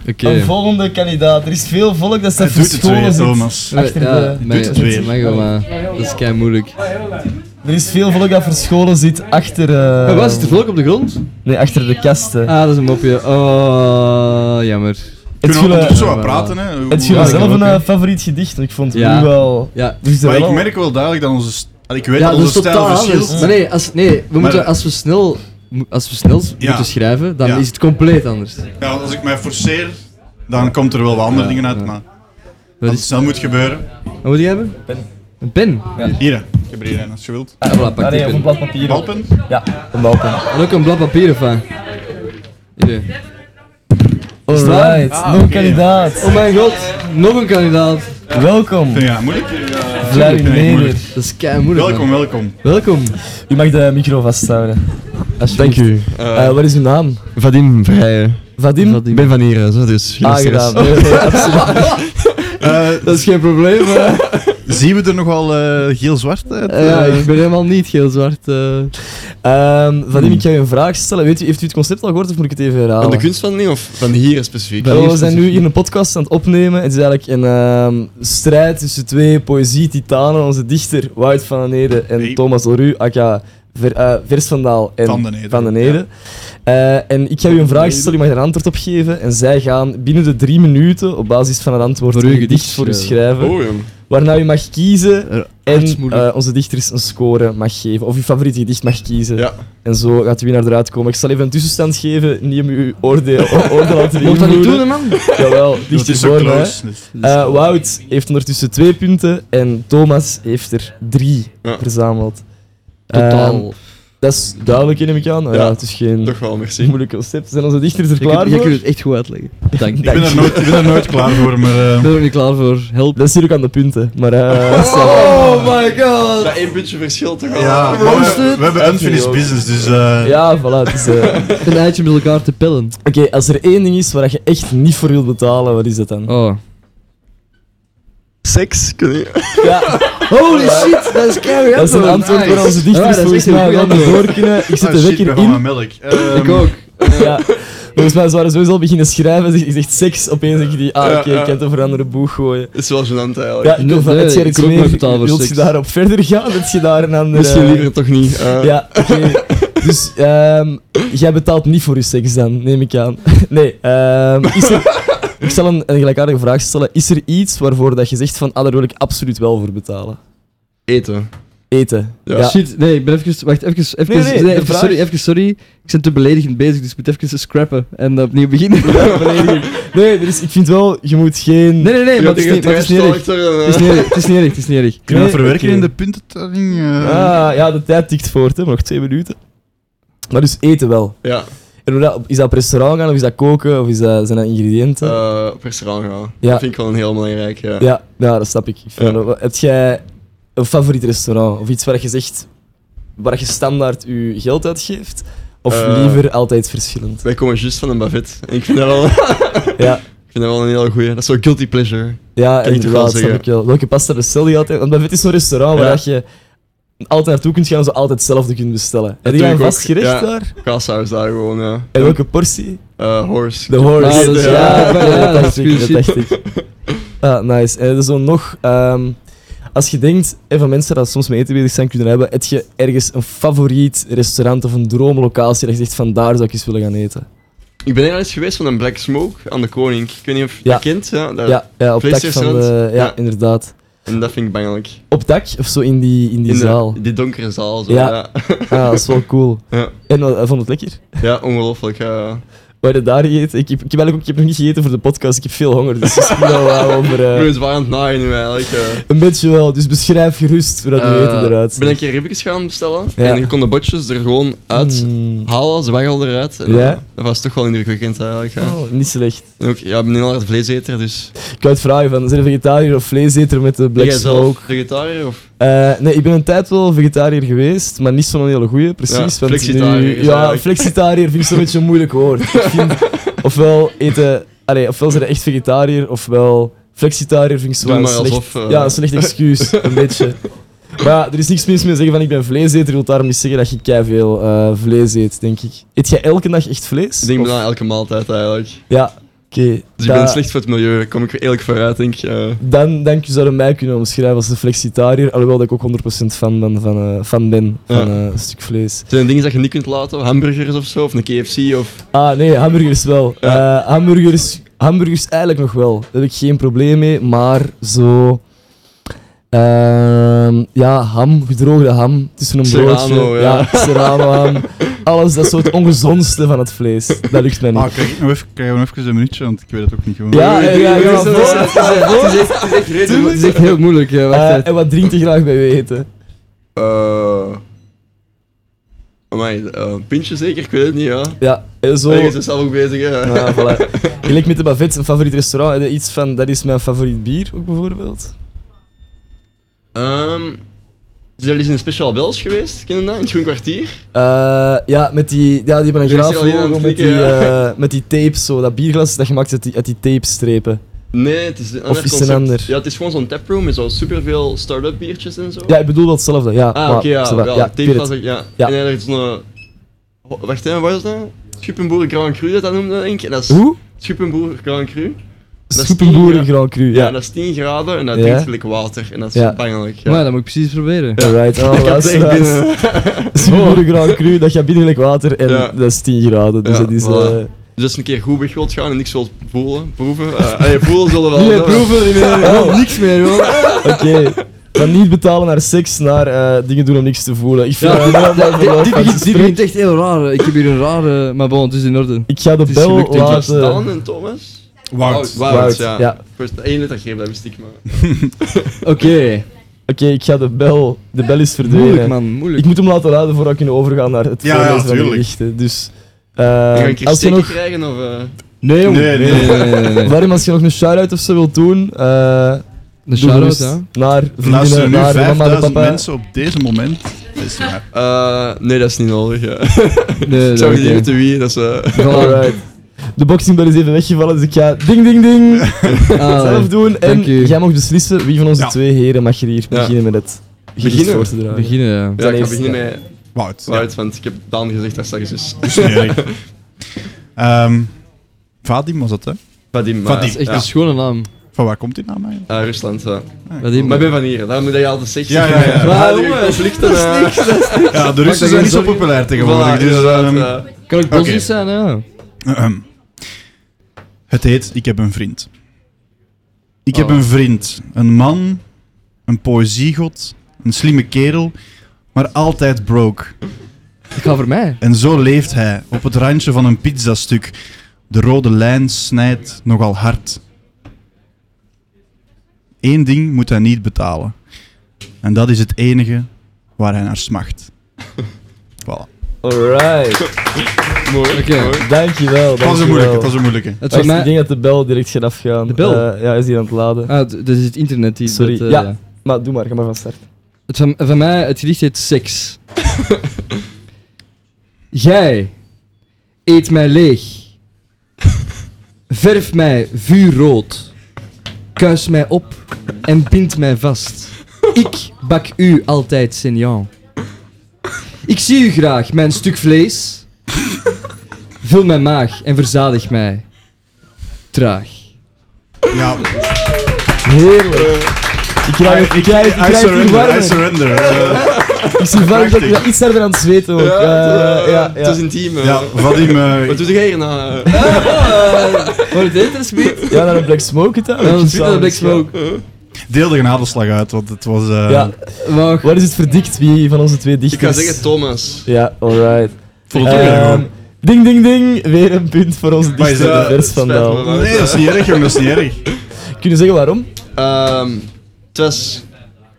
Oké. Een volgende kandidaat. Er is veel volk dat staat Hij doet het verscholen weer, zit Thomas. achter de- Ja, Doet het weer. maar dat is kei moeilijk. Er is veel volk dat verscholen zit achter... eh, Maar was het volk op de grond? Nee, achter de kasten. Ah, dat is een mopje. Oh, jammer. Het Kunnen we jullie- ondertussen eh, wat praten, hè? Hoe- Het jullie Ja, zelf ik een ook, hè. eh, favoriet gedicht, want ik vond het Ja. nu wel... Ja. Dus er Maar wel- dus ik merk wel duidelijk dat onze... st- Ik weet ja, dat dat is onze totaal stijl anders. verschilt. Maar nee, als, nee we moeten, eh, als we snel, mo- als we snel Ja. moeten schrijven, dan Ja. is het compleet anders. Ja, want als ik mij forceer, dan komt er wel wat andere dingen uit, maar... Dat het snel moet gebeuren. Wat moet je hebben? Pen. Een pen? Hier. Hier, hè. ik heb er hier een als je wilt. Ah, voilà, pak die Ah, nee, op een pen. blad papier. Balpen? Ja, een balpen. En ook een blad papier of wat? Hier. Alright, nog een kandidaat. Ah, Oh mijn god, nog een kandidaat. Welkom, Vind je dat moeilijk? Ja, Vlari vind ik moeilijk. Neder. Dat is kei moeilijk. Welkom, welkom. Welkom. U mag de micro vasthouden. Dank u. Eh, wat is uw naam? Vadim Vrijen. Vadim? Ik ben van hier, zo dus. Aangedaan. <laughs> stress. Nee, nee, <laughs> absoluut. dat is geen probleem. eh. hè. Zien we er nogal eh geel-zwart uit? ja, Eh, ik ben helemaal niet heel zwart. eh. Ehm, Hmm. Vadim, ik ga je een vraag stellen. Weet u, heeft u het concept al gehoord of moet ik het even herhalen? Van de kunstwandeling of van hier specifiek? Wel, we zijn nu hier een podcast aan het opnemen. Het is eigenlijk een ehm, strijd tussen twee poëzie-titanen. Onze dichter Wout van den Ede en Thomas Leroux, aka Ver- eh, Vers van Daal en Van den Ede, Eh, en ik ga u een vraag stellen, u mag er een antwoord op geven. En zij gaan binnen de drie minuten, op basis van het antwoord, Voor u een gedicht gedicht voor u schrijven. schrijven. Oh, jong. waarna u mag kiezen en hartsmoeilijk. eh, onze dichters een score mag geven. Of uw favoriete gedicht mag kiezen. En zo gaat de winnaar eruit komen. Ik zal even een tussenstand geven, niet om uw oordeel, o- <laughs> oordeel laten Mocht dat niet beïnvloeden. doen, hè, man? Jawel, Dat dichter is zo voor mij. close, dus. Eh, Wout heeft ondertussen twee punten en Thomas heeft er drie verzameld. Totaal. Ehm, dat is duidelijk, neem ik aan. Ah, Ja, Ja, het is geen toch wel, merci. moeilijk concept. Zijn onze dichters er Jij klaar kunt- voor? jij kunt het echt goed uitleggen. Dank. Ik ben er nooit- ik ben er nooit klaar voor, maar, eh. Ik ben er ook niet klaar voor. Help. Dat is hier ook aan de punten. <laughs> Maar, Oh, eh, <laughs> dat is wel- my god! Dat één puntje verschil toch al. Ja, we, hebben- we hebben unfinished business, dus... eh, Ja, voilà. Het is, eh, <laughs> Een eitje met elkaar te pillen. Oké, als er één ding is waar je echt niet voor wilt betalen, wat is dat dan? Oh. Seks? Kun je... Ja. Holy shit, dat is keihard. Dat is een antwoord voor waar onze dichters volgens mij wel mee door kunnen. Ik zit Ah, de shit, wekker ik ben van in. mijn melk. Ehm. Ik ook. Ja. Volgens mij zouden ze sowieso al beginnen schrijven. Ze- Je zegt seks, opeens denk je die, ah Ja, oké, ja. ik kan het over een andere boeg gooien. Het is wel gênant eigenlijk. Ja, ik wil van, Nee, het nee, iets ik wil ook meer. maar betalen voor Wilt je seks. daarop verder gaan? Wilt je daar een andere... Misschien liever toch niet, eh. Ja, oké. Dus, ehm, jij betaalt niet voor je seks dan, neem ik aan. <laughs> Nee, ehm, is <laughs> er... Ik zal een, een gelijkaardige vraag stellen. Is er iets waarvoor dat je zegt van, ah, daar wil ik absoluut wel voor betalen? Eten. Eten. Ja. Shit, nee, ik ben even... Wacht, even... even, Nee, nee, de even vraag- sorry, even sorry. Ik ben te beledigend bezig, dus ik moet even scrappen en opnieuw beginnen. Belediging. Nee, er is, ik vind wel, je moet geen... Nee, nee, nee, Je maar moet het is niet- maar het is niet erg. Het is niet erg, het is niet erg, het is niet erg. Kunnen we dat Nee, verwerken oké. in de puntentelling? eh? Ah, ja, de tijd tikt voort, hè. nog twee minuten. Maar dus eten wel. Ja. En hoe dat, is dat op restaurant gaan, of is dat koken, of is dat, zijn dat ingrediënten? Eh, op restaurant gaan. Ja. Dat vind ik wel een heel belangrijk, eh. ja. ja, ja, dat snap ik. ik vind Ja. dat wel- Heb jij een favoriet restaurant, of iets waar je zegt, waar je standaard je geld uitgeeft? Of Eh, liever altijd verschillend? Wij komen juist van een buffet. En ik vind dat wel... <laughs> Ja. Ik vind dat wel een hele goeie. Dat is wel guilty pleasure. Kan Ja, ik toch wel inderdaad, snap zeggen. ik wel. Welke pasta bestel je altijd? Want het is zo'n restaurant waar Ja. dat je altijd naartoe kunt gaan en zo altijd hetzelfde kunt bestellen. Heb doe jij een ik ook. vast gerecht Ja, daar? Kaassaus daar gewoon, ja. En welke portie? Eh, horse. De horse. dus Ah, dat is- ja, ja, ja, dat dat dacht is ik. Dat goede dacht shit. ik. Ah, nice. En er zo nog, ehm, als je denkt, eh, van mensen die soms met eten bezig zijn kunnen hebben, heb je ergens een favoriet restaurant of een droomlocatie dat je zegt van daar zou ik eens willen gaan eten? Ik ben er al eens geweest van een Black Smoke aan de Koning. Ik weet niet of je dat kent. Ja, dat ja, ja, op dak van vleesrestaurant. de, ja, inderdaad. En dat vind ik bangelijk. Op dak of zo in die, in die In de- zaal? die donkere zaal, zo, Ja, ja. Ah, dat is wel cool. <laughs> Ja. En wat- eh, vond het lekker? <laughs> Ja, ongelooflijk. ja. Waar je daar gegeten? Ik heb, ik, heb eigenlijk ook, ik heb nog niet gegeten voor de podcast, ik heb veel honger, dus ik ben wel wauw <laughs> over... eh, Ik ben zwaar aan het naaien nu eigenlijk. eh. Een beetje wel, dus beschrijf gerust hoe dat je Eh, eten eruit ben ziet. een keer ribbetjes gaan bestellen. Ja. Hmm. En je kon de botjes er gewoon uit halen, ze waggelden eruit. En, Ja. eh, Dat was toch wel indrukwekkend eigenlijk. Ja. Oh, niet slecht. En ook, ja, ik ben heel erg vleeseter, dus... Ik wou het vragen van, zijn je vegetariër of vleeseter met de Ben black jij zelf smoke? vegetariër of... Eh, nee, ik ben een tijd wel vegetariër geweest, maar niet zo'n hele goeie, Ja, precies. want flexitariër Nu, is ja, eigenlijk- <laughs> flexitariër vind ik zo'n beetje een moeilijk woord. Ik vind, ofwel eten... Allee, ofwel zijn je echt vegetariër, ofwel... Flexitariër vind ik Doe zo'n een maar slecht... alsof, eh. Ja, een slecht excuus, <laughs> een beetje. Maar ja, er is niks mis mee zeggen van ik ben vleeseter, wil daarom niet zeggen dat je keiveel eh vlees eet, denk ik. Eet jij elke dag echt vlees? Ik denk Of- bijna elke maaltijd eigenlijk. Ja, oké. Dus ik dat- ben slecht voor het milieu, daar kom ik er eerlijk vooruit, denk ik. eh. dan denk je zou mij kunnen omschrijven als een flexitariër, alhoewel dat ik ook 100% fan ben van, eh, fan ben van Ja. eh, een stuk vlees. Zijn er dingen dat je niet kunt laten? Hamburgers of zo? Of een KFC? Of... Ah nee, hamburgers wel. Eh, hamburgers, hamburgers eigenlijk nog wel. Daar heb ik geen probleem mee, maar zo... ehm, ja, ham, gedroogde ham, tussen een Serrano, broodje. ja. serrano ham. Alles, dat is zo het ongezondste van het vlees. Dat lukt mij niet. Ah, kijk, nog even, krijgen we nog even een minuutje, want ik weet het ook niet gewoon. Ja, eh, ja, ja, voor- Het is echt- het is echt redelijk- Tuurlijk. het is echt heel moeilijk, ja, wacht Eh, even. en wat drinkt je graag bij je eten? Eh amai, eh, een pintje zeker? Ik weet het niet, ja. Ja, eh, zo- Ergens is zelf ook bezig, hè. <laughs> Ja, voilà. Gelijk met de Bavette, een favoriet restaurant. Heb je Iets van, dat is mijn favoriet bier ook <laughs> bijvoorbeeld. Ehm, is er eens een special bels geweest? Ken je dat? In het Groen Kwartier? Eh, ja, met die, ja, die hebben een Er is graaf <laughs> hier al iemand logo met die, knikken, ja. eh, met die tapes, zo, dat bierglas is dat gemaakt uit die, uit die tape-strepen. Nee, het is een ander Of is het een concept. ander? Ja, het is gewoon zo'n taproom met zo superveel start-up biertjes en zo. Ja, ik bedoel wel hetzelfde. Ja, ah, maar- oké, ja. zo ja, dat- ja, ik tape weet was het. er- <laughs> ja. Ja. En er is een... Ho- oh, Wacht even, wat is dat? Schuppenboer Grand Cru, dat dat noemde denk ik. En dat is Hoe? Schuppenboer Grand Cru. Dat is Schuppenboer 10 gra- Grand Cru, ja. dat is 10 graden en dat Ja. drinkt gelijk water. En dat is Ja. pijnlijk. Maar dat moet ik precies proberen. Alright, Ik heb allemaal het laatste. echt binnen. Oh. Super Grand Cru, dat gaat binnen gelijk water en dat is 10 graden. Dus Ja, dat is... voilà. eh, Dus als je een keer goed weg wilt gaan en niks wilt voelen, proeven. eh, allee, voelen zullen we <laughs> wel. Nee, doen. proeven, nee, nee, nee, Oh. niks meer, hoor. <laughs> Oké. Van niet betalen naar seks, naar eh, dingen doen om niks te voelen. Ik <laughs> vind Ja, <laughs> dat dat- <laughs> wel dat- belangrijk dit van begint- dit gesprek. begint echt heel raar. Ik heb hier een rare... Maar bon, het is in orde. Ik ga de Het is bel gelukt, denk ik. Eh, laten- Dan en Thomas? Oh, Wout. Wout, Wout, ja. ja. Voor het ene dat geeft, dat wist ik maar. Oké. Oké, ik ga de bel... De bel is verdwenen. Moeilijk, man, moeilijk. Ik moet hem laten laden voordat we kunnen overgaan naar het Ja, voorlezen ja, van de tuurlijk. gedichten. Dus... eh, ga ik een als we steekje nog... krijgen of... eh? Nee, jong. Nee, nee, nee, nee, nee, nee. Waarom, als je nog een shout-out of zo wilt doen... eh Een doe shout-out, gerust ja. Naar Luisteren vriendinnen, nu naar mama en 5000 papa. mensen op deze moment. Dat is niet waar. Eh, nee, dat is niet nodig. Ja. <laughs> Nee, ik zou niet dat- oké. weten wie, dat is... <laughs> eh, <laughs> Alright. De boxingbel is even weggevallen, dus ik ga ding ding <laughs> ding zelf doen. En Ah, dank u. jij mag beslissen wie van onze twee heren mag hier Ja. beginnen met het gedicht Beginnen? voor te dragen. Beginnen, ja. Ja, Dan ik ga eerst- beginnen ja. met... Wout. Wout, want ik heb Daan gezegd dat straks <laughs> is. Smerig. Ehm, Vadim was dat, hè? Vadim, maar- Vadim. dat is echt een schone naam. Van waar komt die naam <laughs> eigenlijk? Ah, Rusland, ja. Dat is- maar ik ben van hier, daarom dat je altijd zegt. Ja, ja, ja. Maar, <laughs> jongen, jongen, conflicten, dat is eh. niks, dat is niks. Ja, de Russen zijn niet zo populair tegenwoordig. Voilà, dus, inderdaad, ehm, ja. Kan ook Bosnisch oké. zijn, ja. Ahem. Het heet Ik heb een vriend. Ik heb Oh. een vriend. Een man, een poëziegod, een slimme kerel, maar altijd broke. Ik ga voor mij. En zo leeft hij, op het randje van een pizzastuk. De rode lijn snijdt nogal hard. Eén ding moet hij niet betalen. En dat is het enige waar hij naar smacht. Voilà. Alright. Mooi. mooi. Dankjewel. Het was een dankjewel. moeilijke, het was een moeilijke. Het Wacht, was mij- Ik denk dat de bel direct gaat afgaan. De bel? Eh, ja, hij is hier aan het laden. Ah, d- dat is het internet die... Sorry. dat, eh, ja. maar doe maar, ga maar van start. Het van, van mij, het gedicht heet <laughs> Seks. Jij eet mij leeg. Verf mij vuurrood. Kuis mij op en bind mij vast. Ik bak u altijd senior. Ik zie u graag, mijn stuk vlees. Vul mijn maag en verzadig mij. Traag. Ja. Heerlijk. Ik krijg Ah, het, ik krijg het, ik I krijg het surrender, I hier warm. surrender. eh. <laughs> Ik zie warm dat Prachtig. ik iets harder aan het zweten ook. Eh, Ja, ja, Het is intiem. eh. Ja, Vadim, eh, <laughs> Wat doe jij hierna? eh? Ah! <laughs> Voor het eten is Eh, weer. Ja, naar een Black Smoke het Ja, dat is weer naar Black Smoke. Deel er een adelslag uit, want het was... eh, Ja. Wat is het verdikt? Wie van onze twee Ik ga dichters? zeggen Thomas. Ja, alright. Vond het ook Ehm, erg, hoor. Ding, ding, ding. Weer een punt voor onze Maar is dichter, dat- de vers van spijt me, Daal. maar- Nee, dat is niet erg, jongen, dat is niet erg. Kun je zeggen waarom? Ehm, het was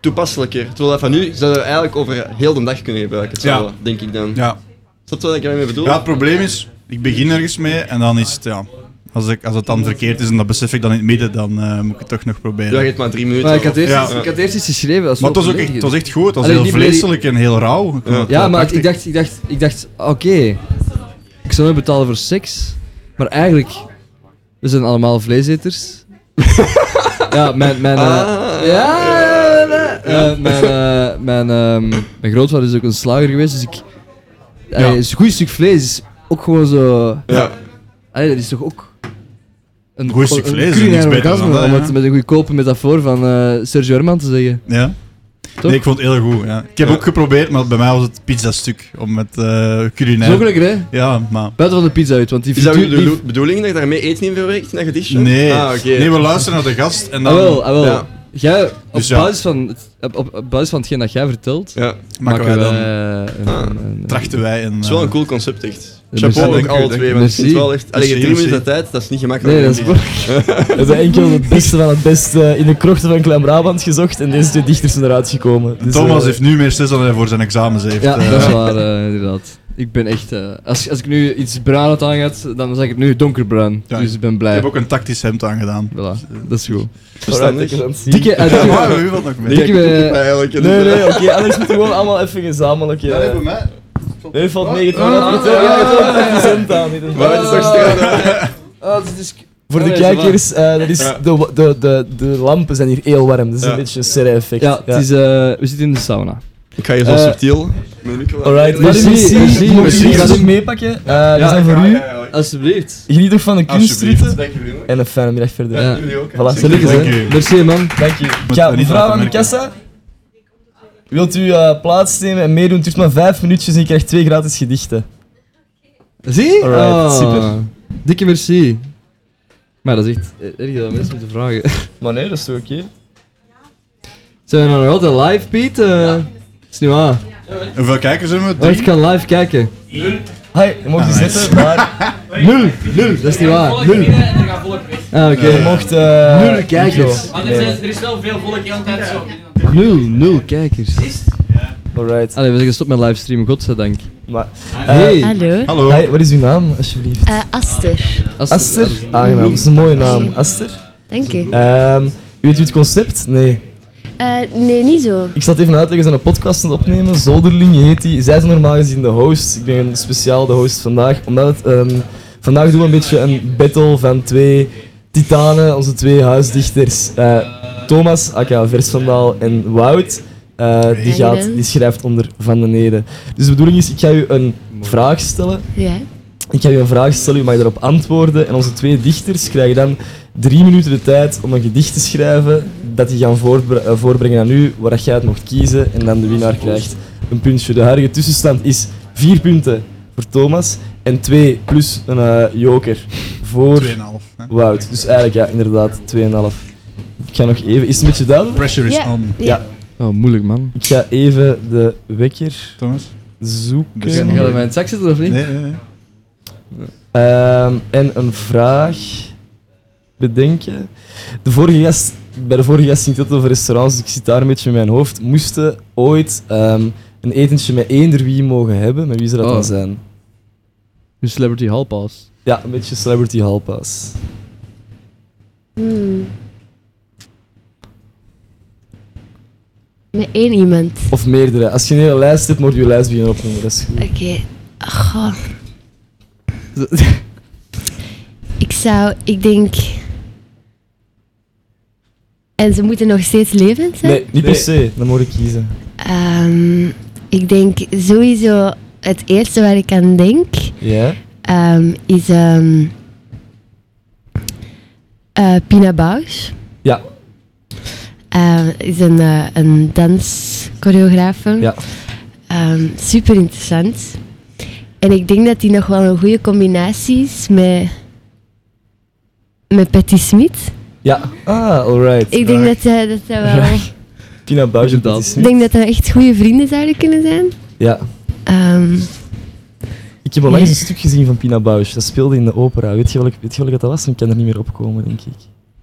toepasselijker. Terwijl dat van nu zouden we eigenlijk over heel de dag kunnen gebruiken. Het zou Ja. wel, denk ik dan. Ja. Snap je wat ik ermee bedoel? Ja, het probleem is, ik begin ergens mee en dan is het, ja... Als, ik, als het dan verkeerd is en dat besef ik dan in het midden, dan eh, moet ik het toch nog proberen. Ja, je hebt maar drie minuten. Maar ik had eerst, Ja. iets, ik had eerst iets geschreven. Als Maar het was ook wel echt, het was echt goed, het was Allee, heel niet meer die- vleeselijk en heel rauw. Ik vond het wel Ja, maar prachtig. ik dacht, ik dacht, ik dacht oké, ik zou nooit betalen voor seks, maar eigenlijk, we zijn allemaal vleeseters. <laughs> ja, mijn... mijn eh, Ah, ja, eh, mijn, eh, mijn, ehm, mijn grootvader is ook een slager geweest, dus ik... Allee, Ja. Een goed stuk vlees is ook gewoon zo... Ja. Allee, dat is toch ook... Een Goed stuk een vlees, niks culinair beter dan eh, orgasme, dat, om ja. het met een goedkope metafoor van eh, Sergio Herman te zeggen. Ja? Toch? Nee, ik vond het heel goed. Ja. Ik heb ook geprobeerd, maar bij mij was het pizzastuk. Om met eh culinair... Zo gelukkig, hè? Ja, maar... Buiten van de pizza uit, want die... Is dat die- de die- lo- bedoeling dat Dus je daarmee eten in verwerkt in dat gedichtje? Nee. Ah, oké. nee, we luisteren naar de gast en dan... Ah, wel, ah, wel. Ja. Jij, op, Dus ja. basis van, het- op, op, op basis van hetgeen dat jij vertelt, eh, Ja. Maken wij dan- een- Ah. een- een- Trachten wij een... Het is wel eh, een cool concept, echt. Ja, Chapeau merci, ook alle dank u, twee, dank u. want ik vind het Merci. wel echt... Allee, je hebt drie Merci. minuten tijd, dat is niet gemakkelijk. Nee, dat is denk ik. We hebben enkel het beste van het beste in de krochten van Klein-Brabant gezocht en deze twee dichters zijn eruit gekomen. Dus, Thomas eh, heeft nu meer stress dan hij voor zijn examens heeft. Ja, eh. dat is waar, eh, inderdaad. Ik ben echt... eh, als, als ik nu iets bruin had aangehad, dan zeg ik het nu donkerbruin. Ja, dus ik ben blij. Ik heb ook een tactisch hemd aangedaan. Dus, eh, Voilà, dat is goed. Verstandig. Alright, ik Dikke... kan eh, Ja, dikke- maar we hebben nog meer. Dikke, Ik eh, heb eigenlijk een- Nee, nee, oké, anders moeten we gewoon allemaal even gezamenlijk. Ja. Ja, bij mij. Nee, valt 29 Ah, ah, ah, ah, ah, ah, ah, cent aan. dit is- Maar het is toch stil. Ah, dit is... Voor de Oh, nee, kijkers, voilà. eh, dat is Ja. de, de, de, de lampen zijn hier heel warm. Dat is Ja. een beetje een serre-effect. Ja, het is, eh, we zitten in de sauna. Ik ga hier zo Eh, subtiel. Mijn micro- Alright, Merci, merci. merci, merci, Moet merci. je die ook meepakken? Eh Ja, die zijn ja, voor ja, u. ja, ja. Alsjeblieft. Geniet nog van de Alsjeblieft. kunststritten. Dank jullie, jongen. En een fijne middag verder. Ja, jullie ook, hè. Voilà, Zeker, salut, dank hè. u. Merci, man. Dank je. Moet Ja, dat niet mevrouw laten aan de merken. kassa. Wilt u eh, plaatsnemen en meedoen? Het duurt maar vijf minuutjes en je krijgt twee gratis gedichten. Zie? Alright, Ah, super. Dikke merci. Maar dat is echt eh, erg dat mensen moeten vragen. <laughs> Maar nee, dat is toch oké? Zijn we nou nog altijd live, Piet? Eh, Is niet waar. Hoeveel kijkers hebben we? Oh, ik kan live kijken. Nul. Hi, je mag Ah, je nice. <laughs> zitten, maar... Nul, nul. Dat is niet waar. Nul. Ah, oké. Je mocht... eh, Nul kijkers. Nico. Want er, Nee. zijn, er is wel veel volk heel de tijd zo. Nul, nul kijkers. Alright. Allee, we zeggen stop met livestreamen, godzijdank. Maar, hey. Eh, Hallo. Hi, wat is uw naam, alsjeblieft? Eh, Aster. Aster? Aangenaam, dat is een mooie naam. Aster? Dank u. Ehm, weet u het concept? Nee. Eh, nee, niet zo. Ik zal het even uitleggen, we zijn een podcast aan het opnemen. Zolderling heet die. Zij zijn normaal gezien de host. Ik ben speciaal de host vandaag, omdat het... ehm, vandaag doen we een beetje een battle van twee titanen, onze twee huisdichters. Eh, Thomas, aka Vers van Daal, en Wout. eh, die, gaat, die schrijft onder Van den Neden. Dus de bedoeling is, ik ga u een vraag stellen. Ja. Ik ga u een vraag stellen, u mag daarop antwoorden. En onze twee dichters krijgen dan drie minuten de tijd om een gedicht te schrijven. Dat die gaan voorbre- eh, voorbrengen aan u, waar dat jij het mocht kiezen. En dan de winnaar krijgt een puntje. De huidige tussenstand is vier punten voor Thomas. En twee plus een eh, joker voor 2,5, hè? Wout. Dus eigenlijk, ja, inderdaad, 2,5. Ik ga nog even... Is het een beetje duidelijk? Pressure is Ja, on. ja. Oh, moeilijk, man. Ik ga even de wekker zoeken. Dus Ga je dat in mijn zak zitten of niet? Nee, nee, nee. Ehm, en een vraag bedenken. De vorige gast, bij de vorige gast ging het over restaurants, dus ik zit daar een beetje in mijn hoofd. Moesten ooit ehm, een etentje met eender wie mogen hebben? Met wie zou dat Oh. dan zijn? Een celebrity hallpass. Ja, een beetje celebrity hallpass. Hmm. Met één iemand. Of meerdere. Als je een hele lijst hebt, moet je je lijst beginnen opnoemen. Dat is goed. Oké. Goh. Ik zou, ik denk. En ze moeten nog steeds levend zijn? Nee, niet per se. Dan moet ik kiezen. Ehm, ik denk sowieso het eerste waar ik aan denk Ja? ehm, is ehm, eh, Pina Bausch. Ja. Ehm, is een, eh, een danschoreografe. Ja. Ehm, super interessant. En ik denk dat die nog wel een goede combinatie is met, met Patti Smit. Ja. Ah, alright. Ik denk dat zij, dat zij wel. Tina Buijs en Patti Ik Smith. denk dat dat echt goede vrienden zouden kunnen zijn. Ja. Ehm, Ik heb al langs een Nee. stuk gezien van Pina Bausch. Dat speelde in de opera. Weet je welk, weet je welk dat was? Ik kan er niet meer opkomen, denk ik.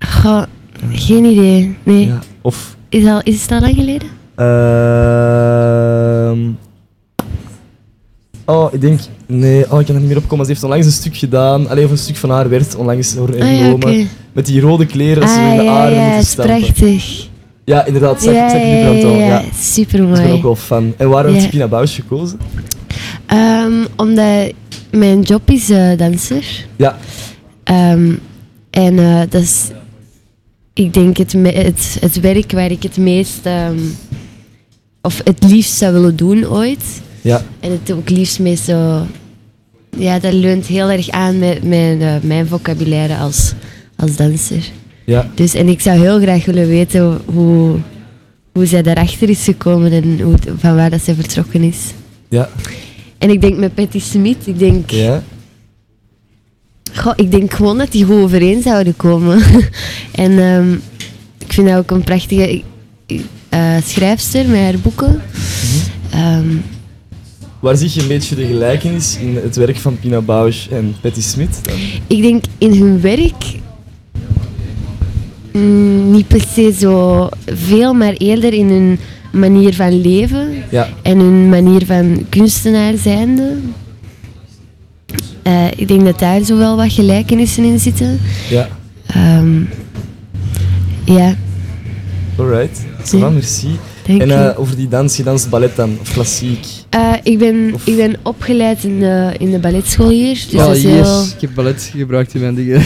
goh, geen idee. Nee. Ja, of- Is, al, is het al lang geleden? Ehm. Oh, ik denk... Nee, oh, ik kan er niet meer opkomen. maar Ze heeft onlangs een stuk gedaan. Alleen of een stuk van haar werd onlangs door Ah, ja, hernomen. oké. Met die rode kleren dat ze Ah, in de ja, aarde ja, moeten is stampen. prachtig. Ja, inderdaad. Zag, Ja, zag ik nu ja, van ja, ja, ja, supermooi. Ik ben ook wel fan. En waarom heeft Ja. je Pina Bausch gekozen? Ehm, omdat mijn job is eh, danser. Ja. Ehm, en eh, dat is, ik denk, het, me- het, het werk waar ik het meest, ehm, of het liefst zou willen doen ooit. Ja. En het ook liefst mee zo, ja, dat leunt heel erg aan met mijn, eh, mijn vocabulaire als, als danser. Ja. Dus, en ik zou heel graag willen weten hoe, hoe zij daarachter is gekomen en hoe, het- van waar dat zij vertrokken is. Ja. En ik denk met Patti Smith, ik denk, Ja. goh, ik denk gewoon dat die goed overeen zouden komen. <laughs> en ehm, ik vind dat ook een prachtige ik- ik- eh, schrijfster met haar boeken. Ehm, Waar zie je een beetje de gelijkenis in het werk van Pina Bausch en Patti Smith? dan? ik denk in hun werk mm, niet per se zo veel, maar eerder in hun manier van leven. Ja. en hun manier van kunstenaar zijnde. Eh, ik denk dat daar zo wel wat gelijkenissen in zitten. Ja. Ehm, ja. Alright, ça va, merci. Dank en u. eh, over die dans, je danst ballet dan, of klassiek. Eh, ik, ben, ik ben opgeleid in de, in de balletschool hier. Dus dat is heel... Ik heb ballet gebruikt in mijn dingen.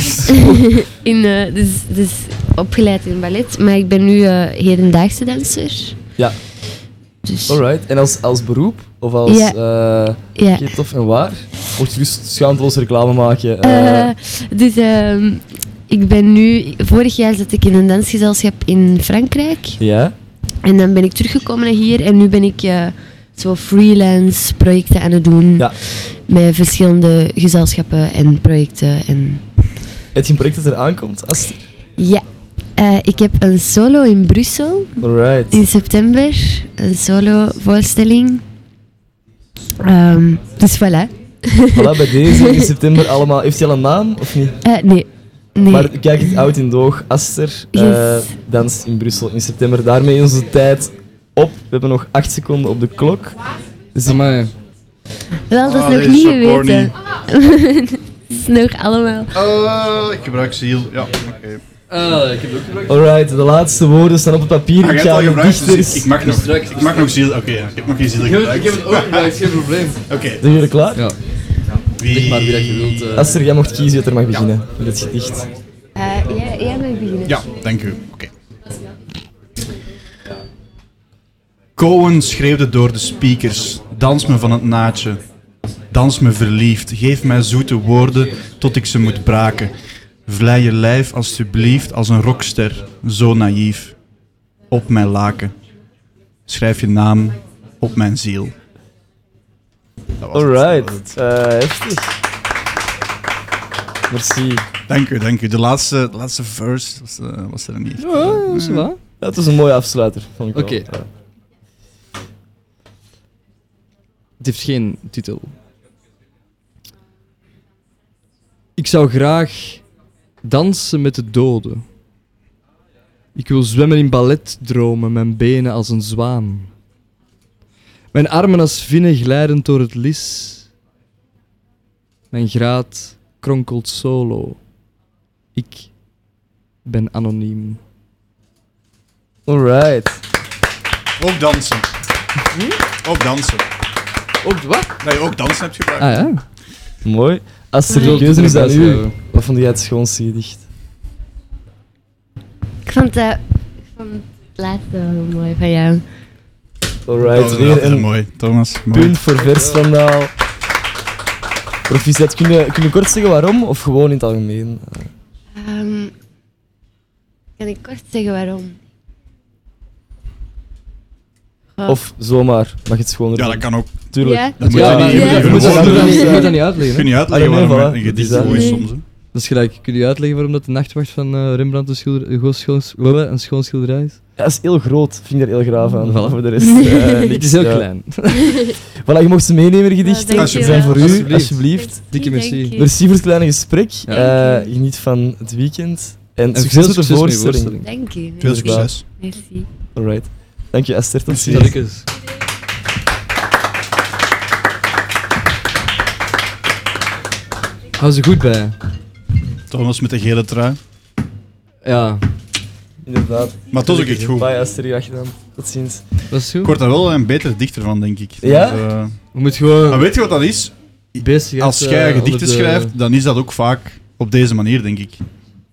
<laughs> in, eh, dus, dus opgeleid in ballet, maar ik ben nu eh, hedendaagse danser. Ja. Alright, en als, als beroep? Of als... Dus- Ja. eh, Ja. Oké, tof en waar? Mocht je dus schaamteloos reclame maken? eh, Eh, dus ehm, ik ben nu... Vorig jaar zat ik in een dansgezelschap in Frankrijk. Ja? En dan ben ik teruggekomen naar hier en nu ben ik eh, zo freelance projecten aan het doen. Met verschillende gezelschappen en projecten. En Heb je een project dat er <laughs> aankomt? Als... ja, Eh, ik heb een solo in Brussel Alright. in september. Een solo voorstelling. Ehm, dus voilà. Voilà, bij deze <laughs> in september allemaal. Heeft hij al een naam of niet? Eh, nee. nee. Maar kijk het oud in Doog, Aster eh, Yes. danst in Brussel in september. Daarmee is onze tijd op. We hebben nog 8 seconden op de klok. Dus ik... Wel, dat Ah, is nog dit is niet zo geweten. <laughs> Het is nog allemaal. Eh, ik gebruik ziel. Ja, oké. Eh, ik heb het ook gebruikt. Alright, de laatste woorden staan op het Ah, papier. ik je hebt ga al aan de gebruikt, dus dichters... ik, ik mag nog, ik mag nog ziel. Oké, ja, ik heb nog geen ziel Ik heb- gebruikt. ik heb het ook gebruikt, geen probleem. Oké. Zijn jullie klaar? Ja. Wie... maar wie dat je wilt. eh. Aster, jij mocht kiezen wat er mag beginnen. Met het gedicht. Eh, jij, jij mag beginnen. Ja, dank u. Oké. Cohen schreeuwde door de speakers. Dans me van het naadje. Dans me verliefd. Geef mij zoete woorden tot ik ze moet braken. Vlei je lijf alstublieft als een rockster. Zo naïef. Op mijn laken. Schrijf je naam op mijn ziel. Alright, eh, heftig. Merci. Dank u, dank u. De laatste, de laatste verse was, eh, was er niet. Oh, ça va. Dat is een mooie afsluiter, vond ik wel. Oké. Ja. Het heeft geen titel. Ik zou graag dansen met de doden. Ik wil zwemmen in balletdromen, mijn benen als een zwaan. Mijn armen als vinnen glijdend door het lis. Mijn graat kronkelt solo. Ik ben anoniem. Alright. Ook dansen. Hm? Ook dansen. Ook wat? Nee, ook dansen heb je gebruikt. Ah ja. Mooi. Aster, Ik wil de het keuze is aan erbij u. schrijven. Wat vond jij het schoonste gedicht? Ik vond, eh, ik vond het laatste wel mooi van jou. Alright, Dat is weer altijd een mooi, Thomas. Mooi. punt voor vers vandaal. Proficiat, kun je, kun je kort zeggen waarom of gewoon in het algemeen? Ehm, kan ik kort zeggen waarom? Ah. Of zomaar, mag het schoner Ja, dat kan ook. Tuurlijk. Ja? Dat moet Ja, je niet, ja, je Ah, je moet moet je dat- woorden je moet niet- dat niet uitleggen. Kun je niet uitleggen Ah, nee, waarom voilà. een Dat is gedicht dat. mooi is Nee. soms. hè? Dat is gelijk. Kun je uitleggen waarom dat de nachtwacht van eh, Rembrandt een, schilder, een goed schils- wel, een schoon schilderij is? Ja, dat is heel groot. Vind ik daar heel graaf aan. Voilà. Voor de <laughs> rest. eh, Het niks, is heel ja. klein. <laughs> voilà, je mocht ze meenemen, de Ja, gedichten. dank Ze je zijn wel. voor u, Alsjeblieft. alsjeblieft. Dikke merci. Dank u. Merci voor het kleine gesprek. Ja. Eh, geniet van het weekend. En, En succes veel met de succes met je voorstelling. Dank u. Veel succes. Merci. Alright. Dank je, Esther. Tot ziens. Dank Hou ze goed bij. Thomas met de gele trui. Ja, Inderdaad. Maar het was ook echt goed. Bye, Esther. Graag gedaan. Tot ziens. dat is Ik goed. word daar wel een betere dichter van, denk ik. Ja? Dus, eh, We moeten gewoon... maar weet je wat dat is? Bezig Als eh, jij onder gedichten de- schrijft, dan is dat ook vaak op deze manier, denk ik.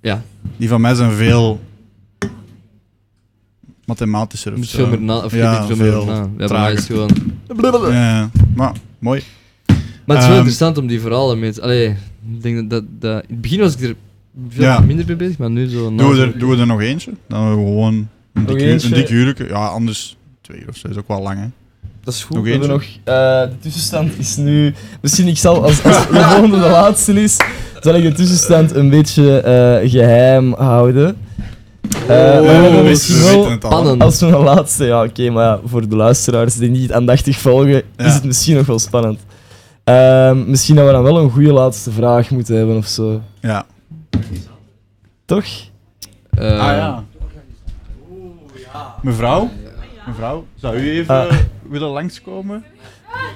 Ja. Die van mij zijn veel mathematischer Je of moet zo. veel meer na... Of je ja, denkt veel meer na. Ja, maar hij is trager. gewoon... Ja, maar mooi. Maar het is wel Ehm, interessant om die verhalen mee te... Allee, ik denk dat, dat, dat... In het begin was ik er veel Ja. minder mee bezig, maar nu zo... Doen we, er, doen we er nog eentje? Dan hebben we gewoon een dik, uur- eentje? een dik huwelijk. Ja, anders twee of zo is ook wel lang, hè? Dat is goed. Nog we hebben nog, eentje? eh, de tussenstand is nu. Misschien ik zal, als, als de volgende de laatste is, zal ik de tussenstand een beetje eh, geheim houden. Eh, maar we hebben Oh, we misschien weten- we wel- weten het al. Als we een laatste, ja, oké, maar ja, voor de luisteraars die niet aandachtig volgen, is het misschien nog wel spannend. Ehm, misschien dat we dan wel een goede laatste vraag moeten hebben of zo. Ja. Toch? ah ja. Mevrouw? Mevrouw, zou u even Ah. eh, willen langskomen?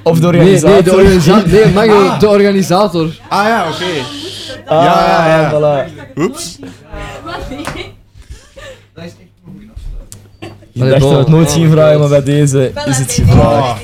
Of de Nee, organisator. nee, de organisator. <laughs> Nee, mag wel, Ah. de organisator. Ah ja, oké. Ah, ja, ja, ja. voilà. Oeps. Ik dacht dat we het nooit zien vragen, maar bij deze is het Oh. gevraagd.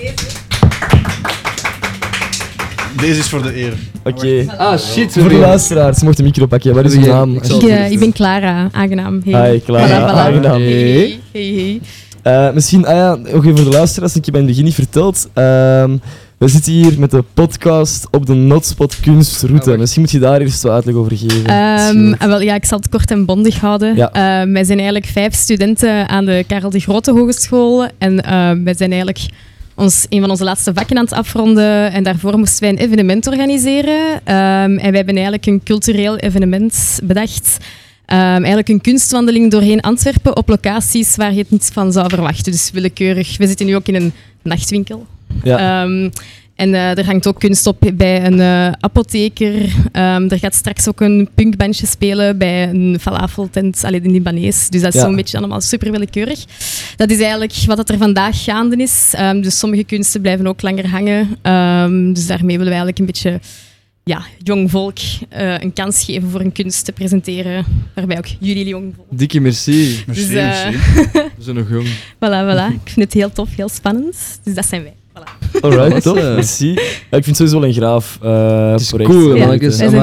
Deze is voor de eer. Oké. Ah, shit, Voor de sorry. luisteraars, mocht de micro pakken. Wat is uw naam? Ik, eh, ik ben Clara, aangenaam. Hey. Hi, Clara. Voilà, voilà. Aangenaam. Hey, hey, hey. Eh, misschien, ah ja, ook even voor de luisteraars, ik heb bij het begin niet verteld. Ehm, we zitten hier met de podcast op de Notspot Kunstroute. misschien moet je daar eerst wat uitleg over geven. Ehm, ah, wel, ja, ik zal het kort en bondig houden. Ja. Ehm, wij zijn eigenlijk vijf studenten aan de Karel de Grote Hogeschool. En ehm, wij zijn eigenlijk ons, een van onze laatste vakken aan het afronden. En daarvoor moesten wij een evenement organiseren. Ehm, en wij hebben eigenlijk een cultureel evenement bedacht. Ehm, eigenlijk een kunstwandeling doorheen Antwerpen op locaties waar je het niet van zou verwachten. Dus willekeurig. We zitten nu ook in een nachtwinkel. Ja. Ehm, en eh, er hangt ook kunst op bij een eh, apotheker. Ehm, er gaat straks ook een punkbandje spelen bij een falafeltent, alleen in Libanees. Dus dat is Ja. zo'n beetje allemaal super willekeurig. Dat is eigenlijk wat dat er vandaag gaande is. Ehm, dus sommige kunsten blijven ook langer hangen. Ehm, dus daarmee willen we eigenlijk een beetje ja, jong volk eh, een kans geven voor een kunst te presenteren. Waarbij ook jullie jong volk. Dikke merci. Merci, Dus, eh, <laughs> merci. <laughs> We zijn nog jong. Voilà, voilà. Ik vind het heel tof, heel spannend. Dus dat zijn wij. Voilà. Alright, Dat top. is, eh, Merci. Ja, ik vind het sowieso wel een graaf eh project. cool, Ja, man. we zijn, we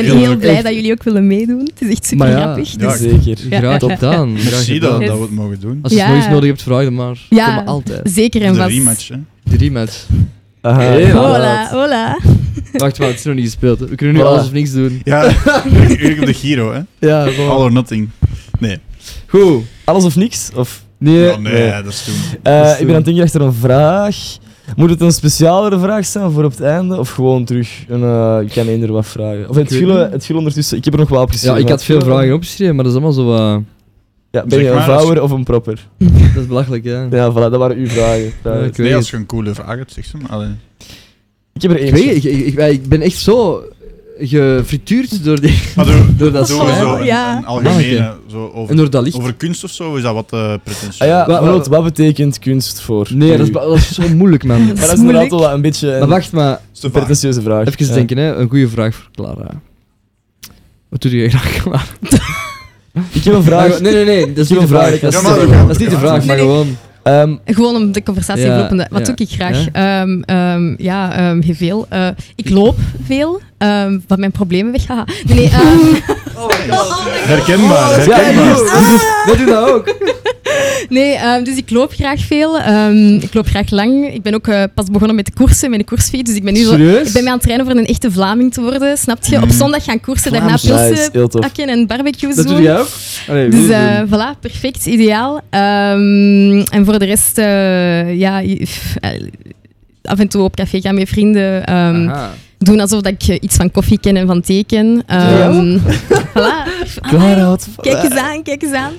zijn heel, blij dat jullie ook willen meedoen. Het is echt super Maar ja, grappig. ja, dus- zeker. Graag gedaan. Graag Merci gedaan. dat- dat we het mogen doen. Als je Ja. het nog eens nodig hebt, vraag dan maar. Ja, Kom maar altijd. zeker en De vast. rematch, hè? De rematch. Aha. Hey, Hola, voilà. hola. Wacht, maar het is nog niet gespeeld. hè. We kunnen nu Voilà. alles of niks doen. Ja, uur op de Giro, hè? <laughs> Ja, voilà. All or nothing. Nee. Goed. Alles of niks? Of? Ja, nee, dat is toen. Eh, Dat is ik toen. ben aan het denken achter een vraag. Moet het een specialere vraag zijn voor op het einde? Of gewoon terug een... eh, ik kan eender wat vragen. Of Ik het weet viel, niet. het viel ondertussen... Dus Ik heb er nog wel opgeschreven. Ja, ik maar had het veel viel- vragen opgeschreven, maar dat is allemaal zo eh, wat... Ja, ben je een vouwer of een propper? Dat is belachelijk, ja. Ja, voilà, dat waren uw vragen. Ja, ik weet nee, als het. je een coole vraag hebt, zeg ze maar. Allee. Ik heb er Ik, één. weet, ik, ik, ik- ik ben echt zo gefrituurd door, die, Ah, <laughs> door dat Doen we slijm. zo een, een algemene, zo over, En door dat licht. over kunst of zo, is dat wat eh pretentieus? Ah ja, Rood, wat betekent kunst voor Nee, dat is, u? ba- dat Ehm, is zo moeilijk, man. Maar dat is inderdaad wel een beetje een Maar wacht, maar... pretentieuze vraag. Even Ja. denken, hè. Een goede vraag voor Clara. Wat doe je graag, <laughs> Clara? <laughs> Ik heb een vraag. Nee, nee, nee. Dat is niet Ik heb de een vraag. vraag. Dat is, Ja, maar niet- dat gaan we dat is niet de elkaar vraag, maar doen. gewoon... Ehm, Gewoon om de conversatie Ja, lopende. Wat ja. doe ik graag? Ja. Ehm, ehm, ja, ehm, heel veel. Eh, ik loop veel, ehm, wat mijn problemen weghaalt. <laughs> Nee, nee, ehm, Oh <laughs> Herkenbaar, herkenbaar. Ah. Wij doen dat ook. nee ehm, dus ik loop graag veel. Ehm, ik loop graag lang. Ik ben ook eh, pas begonnen met de koersen, met de koersfiets. Dus ik ben nu zo, Serieus? Mm. ik ben mee aan het trainen voor een echte Vlaming te worden. Snap je? Op zondag gaan koersen, daarna Vlaams. Nice, pilsen heel tof. pakken en barbecues Dat doen. doe jij ook? Allee, Dus we doen- eh, voilà, perfect, ideaal. Ehm, en voor de rest, eh, ja, i- f- eh, af en toe op café gaan met vrienden. ehm, doen alsof dat ik eh, iets van koffie ken en van thee ken. Ehm, <laughs> voilà. Clara had- Kijk Eh, eens aan, kijk eens aan.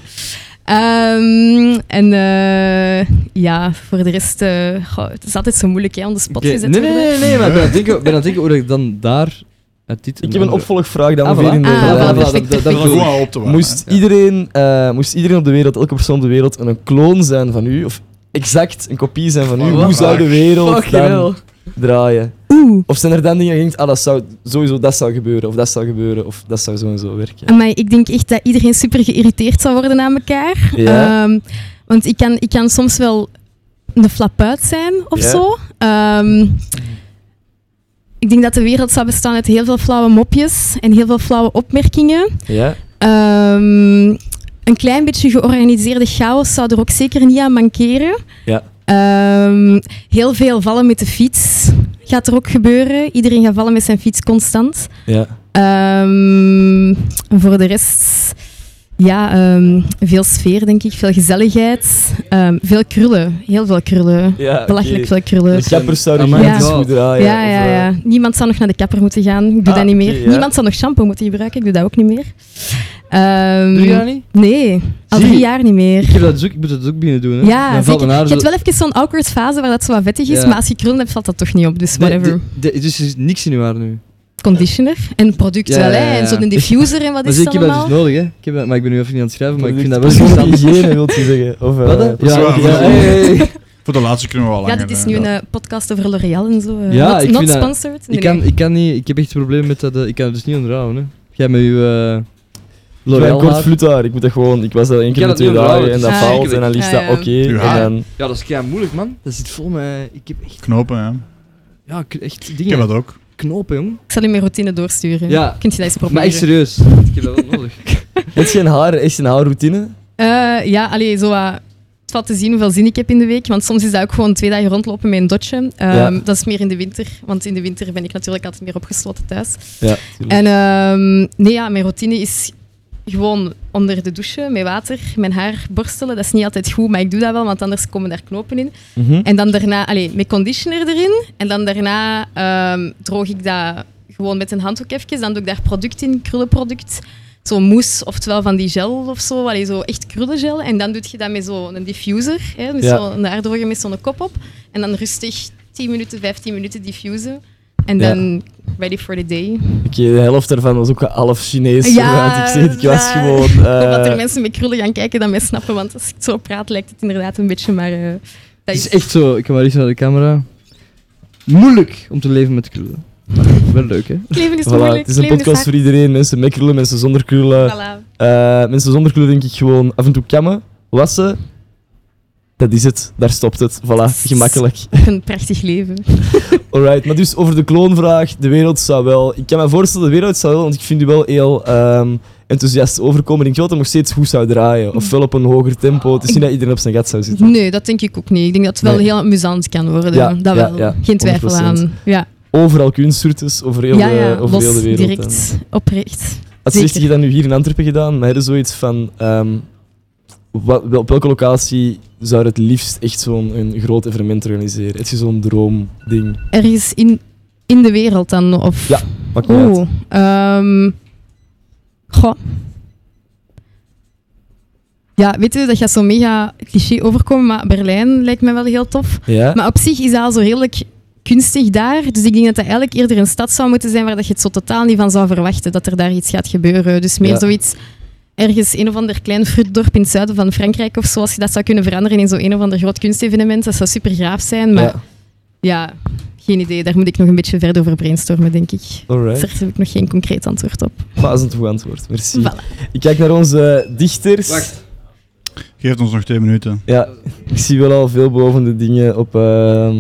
Ehm, en eh, ja, voor de rest, eh, goh, het is altijd zo moeilijk hè, om de spot eh, Oké, gezet Nee, nee, worden. nee, nee, maar ik ben aan het denken- ik ben aan het denken hoe ik dan daar... uit dit Ik heb een opvolgvraag dat Ah, ongeveer voilà. in de... Ah, voilà, Ja, perfect, dat- dat- perfect. dat- Goed aan op te warmen, moest, iedereen, eh, moest iedereen op de wereld, elke persoon op de wereld, een kloon zijn van u, of exact een kopie zijn van u, Oh, wat hoe zou de vraag. wereld Fucking hell. dan draaien? Of zijn er dan dingen die je denkt, ah, dat zou, sowieso dat zou gebeuren, of dat zou gebeuren, of dat zou zo en zo werken? Maar ik denk echt dat iedereen super geïrriteerd zou worden aan elkaar. Ja. Ehm, want ik kan, ik kan soms wel een flap uit zijn of Ja. zo. Ehm, ik denk dat de wereld zou bestaan uit heel veel flauwe mopjes en heel veel flauwe opmerkingen. Ja? Ehm, een klein beetje georganiseerde chaos zou er ook zeker niet aan mankeren. Ja. Ehm, heel veel vallen met de fiets gaat er ook gebeuren. Iedereen gaat vallen met zijn fiets constant. Ja. Ehm, en voor de rest, ja, ehm, veel sfeer denk ik, veel gezelligheid, Ehm, veel krullen, heel veel krullen, Ja, belachelijk oké. veel krullen. De kapper zou Ja. die gratis goed draaien. Ja, ja, of, eh, Ah, ja. Niemand zou nog naar de kapper moeten gaan. Ik doe dat niet meer. oké, ja. Niemand zou nog shampoo moeten gebruiken. Ik doe dat ook niet meer. Ehm, Doe je dat niet? Nee, al Zie. drie jaar niet meer. Ik, heb dat dus ook, ik moet dat ook beginnen doen, hè. Ja, Dan valt zeker. mijn haar Je zo- hebt wel even zo'n awkward fase waar dat zo wat vettig is, Ja. maar als je krullen hebt, valt dat toch niet op. Dus Nee, whatever. de- de- Dus er is niks in uw haar nu. Conditioner en product wel, hè. En zo'n diffuser <laughs> en wat Maar is zie, dat Ik heb dat allemaal? dus nodig, hè. Ik heb dat, maar ik ben nu even niet aan het schrijven, maar ik vind dat wel Persoonlijke interessant. hygiëne, wilt je zeggen? Of, eh, Wat, hè? Dat is Ja, waar, ik- voor, ja, de, hey, hey, hey. voor de laatste kunnen we al ja, langer. dit is hè. nu een eh, podcast over L'Oreal en zo. eh, Ja, not ik not vind dat- sponsored. Nee, ik, kan, nee. ik kan niet, ik heb echt een probleem met dat, eh, ik kan het dus niet onderhouden. Hè. Jij met je, eh, Mijn L'Oreal kort haar. flutaar. Ik moet dat gewoon... Ik was dat één Ik keer heb met dat twee niet dagen onthouden, Ah, en het dat Ah, is valt verschrikkelijk. en dan is dat Ja, ja. oké. Uw En haar. dan... Ja, dat is kei moeilijk, man. Dat zit vol met... Ik heb echt... Knopen, ja. Ja, ik- echt dingen. Ik heb dat ook. Knopen, jong. Ik zal u mijn routine doorsturen. Ja. Kunt je dat eens proberen? Maar echt serieus. Ik heb dat wel <laughs> nodig. Is je een haar, is je een haarroutine? Eh, ja, allee, zo wat. Het valt te zien hoeveel zin ik heb in de week. Want soms is dat ook gewoon twee dagen rondlopen met een dotje. Ehm, Ja. Dat is meer in de winter. Want in de winter ben ik natuurlijk altijd meer opgesloten thuis. Ja, en ehm, nee, ja, mijn routine is gewoon onder de douche met water, mijn haar borstelen. Dat is niet altijd goed, maar ik doe dat wel, want anders komen daar knopen in. Hm? Mhm. En dan daarna, allee, met conditioner erin. En dan daarna ehm, droog ik dat gewoon met een handdoek even. Dan doe ik daar product in, krullenproduct. Zo'n mousse, oftewel van die gel of zo. Allee, zo echt krullegel. En dan doe je dat met zo'n diffuser. Hè, met Ja. zo'n haardroger met zo'n kop op. En dan rustig 10 minuten, 15 minuten diffusen. En Ja. dan ready for the day. Oké, eh, de helft daarvan was ook half Chinees. <laughs> want ik, zeg, het, ik ja. was <laughs> gewoon... Ik hoop eh, dat er mensen met krullen gaan kijken dat mij snappen. Want als ik het zo praat, lijkt het inderdaad een beetje, maar... eh, dat Het is echt zo, ik kan maar eens naar de camera. Moeilijk om te leven met krullen. Maar wel leuk, hè? Het leven is Voilà, moeilijk. Het is een leven podcast hard. voor iedereen. Mensen met krullen, mensen zonder krullen. Voilà. Eh, mensen zonder krullen denk ik gewoon af en toe kammen, wassen. Dat is het. Daar stopt het. Voilà, gemakkelijk. Een prachtig leven. Alright, maar dus over de kloonvraag. De wereld zou wel... Ik kan me voorstellen, de wereld zou wel... Want ik vind u wel heel ehm, enthousiast overkomen. Ik denk wel dat het nog steeds goed zou draaien. Mm. Ofwel op een hoger tempo. Het is niet dat iedereen op zijn gat zou zitten. Nee, dat denk ik ook niet. Ik denk dat het wel Nee. heel amusant kan worden. Ja, dat ja, wel. ja, Geen twijfel 100%. aan. Ja, Overal kunstsoortes, over heel, ja, de- ja over heel los, de wereld. direct, En- oprecht. Had Zeker. je dat nu hier in Antwerpen gedaan, maar er zoiets van... ehm, wa- wel- op welke locatie zou je het liefst echt zo'n een groot evenement organiseren? Het is zo'n droomding. Ergens in, in de wereld dan? Of... Ja, maakt niet Oeh. ehm, goh. Ja, weet je, dat gaat zo mega cliché overkomen, maar Berlijn lijkt me wel heel tof. Ja. Maar op zich is dat al zo redelijk kunstig daar. Dus ik denk dat dat eigenlijk eerder een stad zou moeten zijn waar dat je het zo totaal niet van zou verwachten dat er daar iets gaat gebeuren. Dus meer Ja. zoiets ergens een of ander klein fruitdorp in het zuiden van Frankrijk of zo, als je dat zou kunnen veranderen in zo'n een of ander groot kunstevenement, dat zou super gaaf zijn. Maar Ja. ja, geen idee. Daar moet ik nog een beetje verder over brainstormen, denk ik. Alright. Daar heb ik nog geen concreet antwoord op. Maar dat is een goed antwoord, merci. Ik kijk naar onze dichters. Geeft ons nog twee minuten. Ja, ik zie wel al veel belovende dingen op ehm,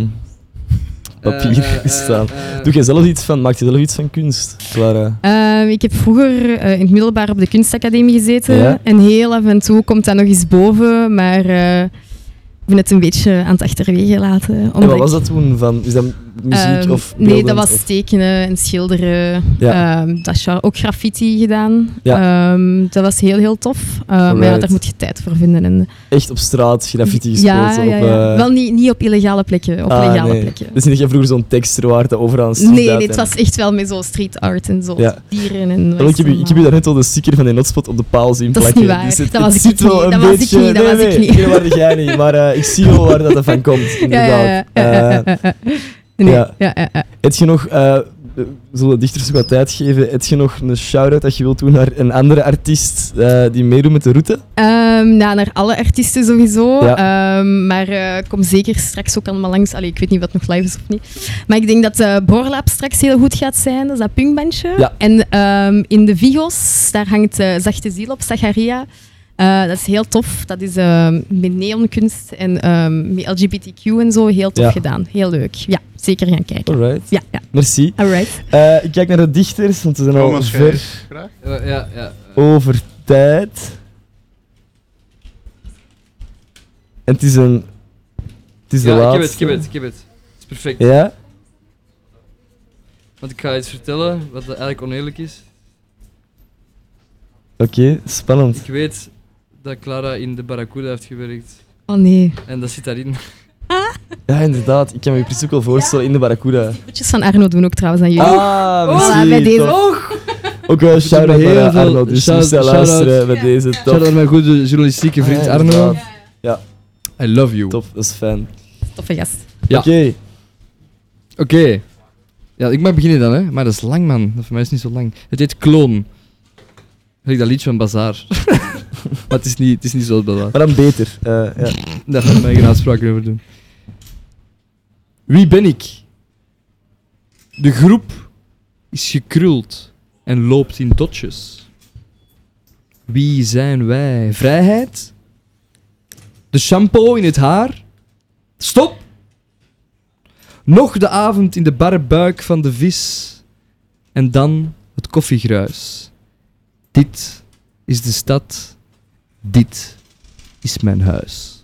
papier Eh, eh, eh, staan. eh. Doe jij zelf iets van, maak je zelf iets van kunst, Clara? Ehm, ik heb vroeger eh, in het middelbaar op de kunstacademie gezeten. Ja. En heel af en toe komt dat nog eens boven, maar eh, ik ben het een beetje aan het achterwege laten. en omdat wat ik- was dat toen? Van, is dat muziek Ehm, of Nee, dat beeldend was of- tekenen en schilderen. Ja. Ehm, dat is ook graffiti gedaan. Ja. Ehm, dat was heel, heel tof. Ehm, maar ja, Alright. daar moet je tijd voor vinden. En, Echt op straat graffiti gespeeld? ja, zo ja, op, ja. eh, Wel niet, niet op illegale plekken, op ah, legale nee. plekken. Dus niet dat jij vroeger zo'n tekster waard dat overal aan Nee, stond nee, uit dit en- was echt wel met zo street art en zo. Ja. Dieren en wat Wel, ik, heb, is u- het ik heb u daarnet al de sticker van die hotspot op de paal zien Dat is plakken. niet waar. Dus het, Dat het was ik zit wel niet. een Dat was ik beetje... niet. Dat nee, was ik nee, niet. nee, waar jij niet. Maar eh, ik zie wel waar dat dat van komt, inderdaad. <laughs> ja, ja, ja, Eh, ja, ja. Nee, ja. ja, ja, ja. Heb je nog... eh, we zullen de dichters ook wat tijd geven. Heb je nog een shout-out dat je wilt doen naar een andere artiest eh, die meedoet met de route? Ehm, nou, naar alle artiesten sowieso. Ehm, maar eh, kom zeker straks ook allemaal langs. Allee, ik weet niet wat nog live is of niet. Maar ik denk dat eh Borlap straks heel goed gaat zijn. Dat is dat punkbandje. Ja. En ehm, in de Vigos, daar hangt eh, Zachte Ziel op, Zacharia. Eh, dat is heel tof. Dat is ehm, met neonkunst en ehm, met LGBTQ en zo. Heel tof Ja. gedaan. Heel leuk. Ja, zeker gaan kijken. Alright. Ja, ja. Merci. Alright. Eh, ik kijk naar de dichters, want ze zijn al Thomas, ver graag. Ja, Eh, ja, ja. over tijd. En het is een... Het is de ja, ik laatste. heb het, ik heb het, ik heb het. Het is perfect. Ja? Want ik ga iets vertellen wat eigenlijk oneerlijk is. Oké, spannend. Ik weet dat Clara in de Barracuda heeft gewerkt. Oh nee. En dat zit daarin. Ja, inderdaad. Ik kan me je precies ook wel voorstellen in de Barracuda. Foto's van Arno doen ook trouwens aan jullie. Ah, Voilà, merci. bij deze. Toch. Ook wel shout-out Heel naar eh, veel Arno, dus shout- moest hij shout-out. luisteren met deze. Top. Shout-out naar mijn goede journalistieke Ah, ja, vriend Arno. inderdaad. Ja. I love you. Top, dat is fijn. Oh, Toffe gast. Ja. Oké. Oké. Ja, ik mag beginnen dan, hè. Maar dat is lang, man. Dat voor mij is niet zo lang. Het heet Kloon. Gelijk dat liedje van Bazaar. <laughs> maar het is niet, het is niet zoals Bazaar. Maar dan beter. Eh, ja. Daar ga ik mijn eigen uitspraken over doen. Wie ben ik? De groep is gekruld en loopt in dotjes. Wie zijn wij? Vrijheid? De shampoo in het haar? Stop! Nog de avond in de barre buik van de vis. En dan het koffiegruis. Dit is de stad. Dit is mijn huis.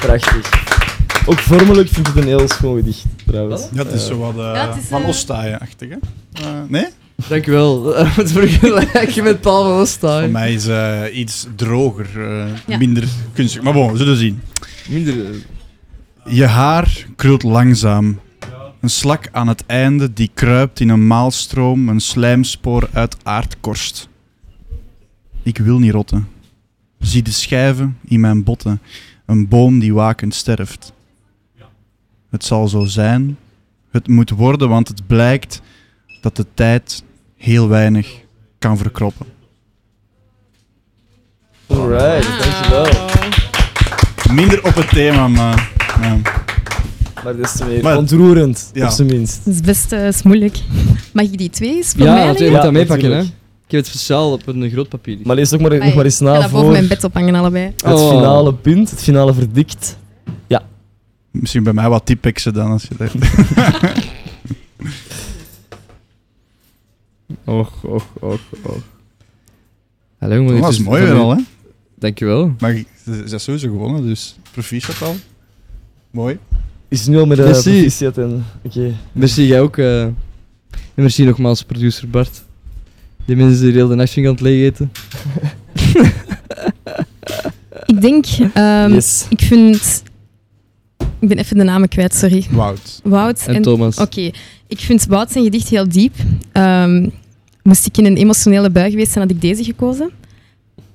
Prachtig. Ook vormelijk vind ik het een heel schoon gedicht, trouwens. Ja, het is zo wat eh, Ja, het is, van eh, Ostaaien-achtig, hè? <laughs> Eh, nee? Dankjewel. <laughs> Eh, Het vergelijken met Paul van Ostaaien. Voor mij is eh, iets droger, eh, Ja. minder kunstig. Maar bon, we zullen zien. Minder... Je haar krult langzaam. Een slak aan het einde die kruipt in een maalstroom, een slijmspoor uit aardkorst. Ik wil niet rotten. Zie de schijven in mijn botten, een boom die wakend sterft. Het zal zo zijn, het moet worden, want het blijkt dat de tijd heel weinig kan verkroppen. Alright, Ah. dankjewel. Minder op het thema, maar. ja. Maar des te meer Maar- ontroerend, Ja. op zijn minst. Dat is best eh, is moeilijk. Mag ik die twee eens voor Ja, mij natuurlijk, leggen? moet dat meepakken, hè. Ik heb het speciaal op een groot papier. Maar lees ook maar, Amai, nog maar eens ik ga na dat boven voor mijn bed ophangen, allebei. het Oh. finale punt, het finale verdikt. Ja. Misschien bij mij wat typexen dan als je dat. Och, och, och, och. Hallo, dus jongen, dat dit was mooi weer van u. al, hè? Dankjewel. Maar ik- ze ze is sowieso gewonnen, dus proficiat al. Mooi. Is nu al met de Merci. proficiat en... Oké. Merci, jij ook. eh. En merci nogmaals, producer Bart. Die mensen die heel de nacht ging aan het leegeten. Ik denk, ehm, Yes. ik vind. Ik ben even de namen kwijt, sorry. Wout. Wout En Thomas. Oké, ik vind Wout zijn gedicht heel diep. Ehm, moest ik in een emotionele bui geweest zijn, had ik deze gekozen.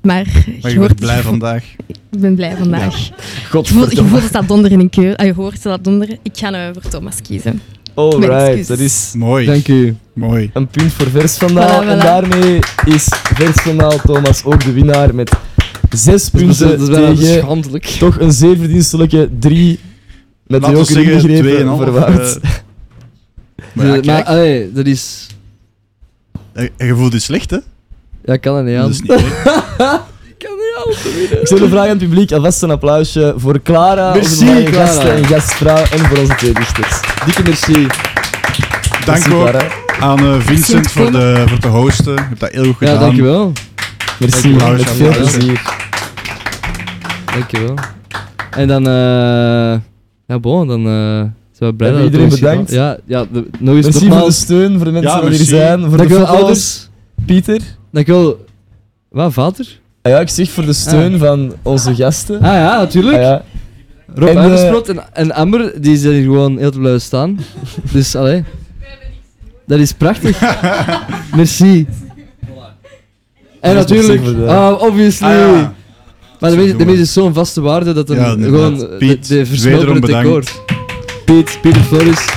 Maar, Maar je hoort- wordt blij vandaag. <laughs> Ik ben blij vandaag. Je voelt, je Godverdomme. voelt dat donderen in Keulen. Ah, je hoort dat donderen. Ik ga eh, voor Thomas kiezen. Mijn Alright, excuses. dat is... Mooi. Dank u. Mooi. Een punt voor Vers vandaag. Voilà, En voilà. daarmee is Vers vandaag Thomas ook de winnaar met Dus zes punten dat is bijna tegen... schandelijk. Toch een zeer verdienstelijke drie <laughs> met Laten de we joker zeggen inbegrepen 2,5, voor Wout. eh. Maar ja, Eh, maar kijk. allee, dat is... En en je voelt je slecht, hè? Ja, kan dat niet aan. Dat is <laughs> niet leuk. Ik zou de vraag aan het publiek alvast een applausje voor Clara, Merci, onze belangrijke Clara. gasten en gastvrouw en voor onze twee dichters. Dikke merci. Dank ook Clara. aan eh, Merci om Vincent te voor, komen. de, voor het hosten. Je hebt dat heel goed Ja, gedaan. dankjewel. Merci, Dankjewel, met veel Charles. plezier. Dankjewel. En dan... eh ja, bon, dan eh, zijn we blij Hebben dat het iedereen ons gedaan- bedankt? Ja, ja de, nog eens Merci nogmaals. voor de steun, voor de mensen Ja, die er merci. zijn, voor de Dankjewel, foto's. ouders. Pieter. Dankjewel. Wat, vader? Ah ja, ik zeg voor de steun van onze gasten. Ah ja, natuurlijk. Ah ja. Rob En, eh, Uiversprot en, en Amber, die zijn hier gewoon heel te blijven staan. Dus, allee. Dat is <laughs> prachtig. Merci. En Dat is natuurlijk, nog zeker, ah, ja. obviously. Ah, ja. Maar de mensen doen we. is zo'n vaste waarde dat er Ja, inderdaad. gewoon eh, de, de Piet, wederom versmelpende bedankt. tekort. Piet, Pieter Floris.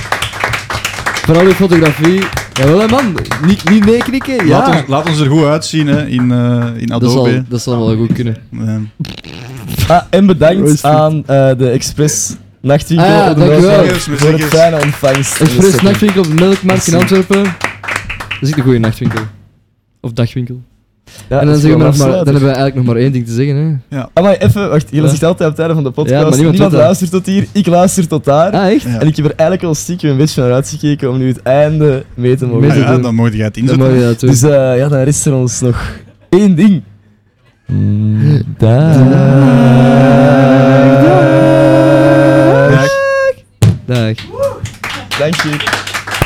Vooral uw fotografie. Jawel, hè, man. Niet, niet meeknikken. Ja. Laat, ons, laat ons er goed uitzien hè, in, eh in zal- Adobe. dat zal wel goed kunnen. Ah, en bedankt Roosevelt. aan eh, de Express Nachtwinkel Ah ja, op de dankjewel. Noordwijk voor het fijne ontvangst. Express Nachtwinkel op de Melkmarkt in Merci. Antwerpen. Dat is echt een goede nachtwinkel. Of dagwinkel. Ja, en dat dan, is zeggen we wel nog maar, dan afsluiter. hebben we eigenlijk nog maar één ding te zeggen. Hè. Ja. Amai, even, wacht, je Ja. zegt altijd op het einde van de podcast, Ja, maar niemand niemand, doet dat. luistert tot hier, ik luister tot daar. Ah, echt? En ik heb er eigenlijk al stiekem een beetje naar uitgekeken om nu het einde mee te mogen Mee te Ah ja, doen. doen. dan moet jij het Dan inzetten. mag je dat doen. Dus eh, ja, dan rest er ons nog één ding. Dag. Dag. Dag. Dank je.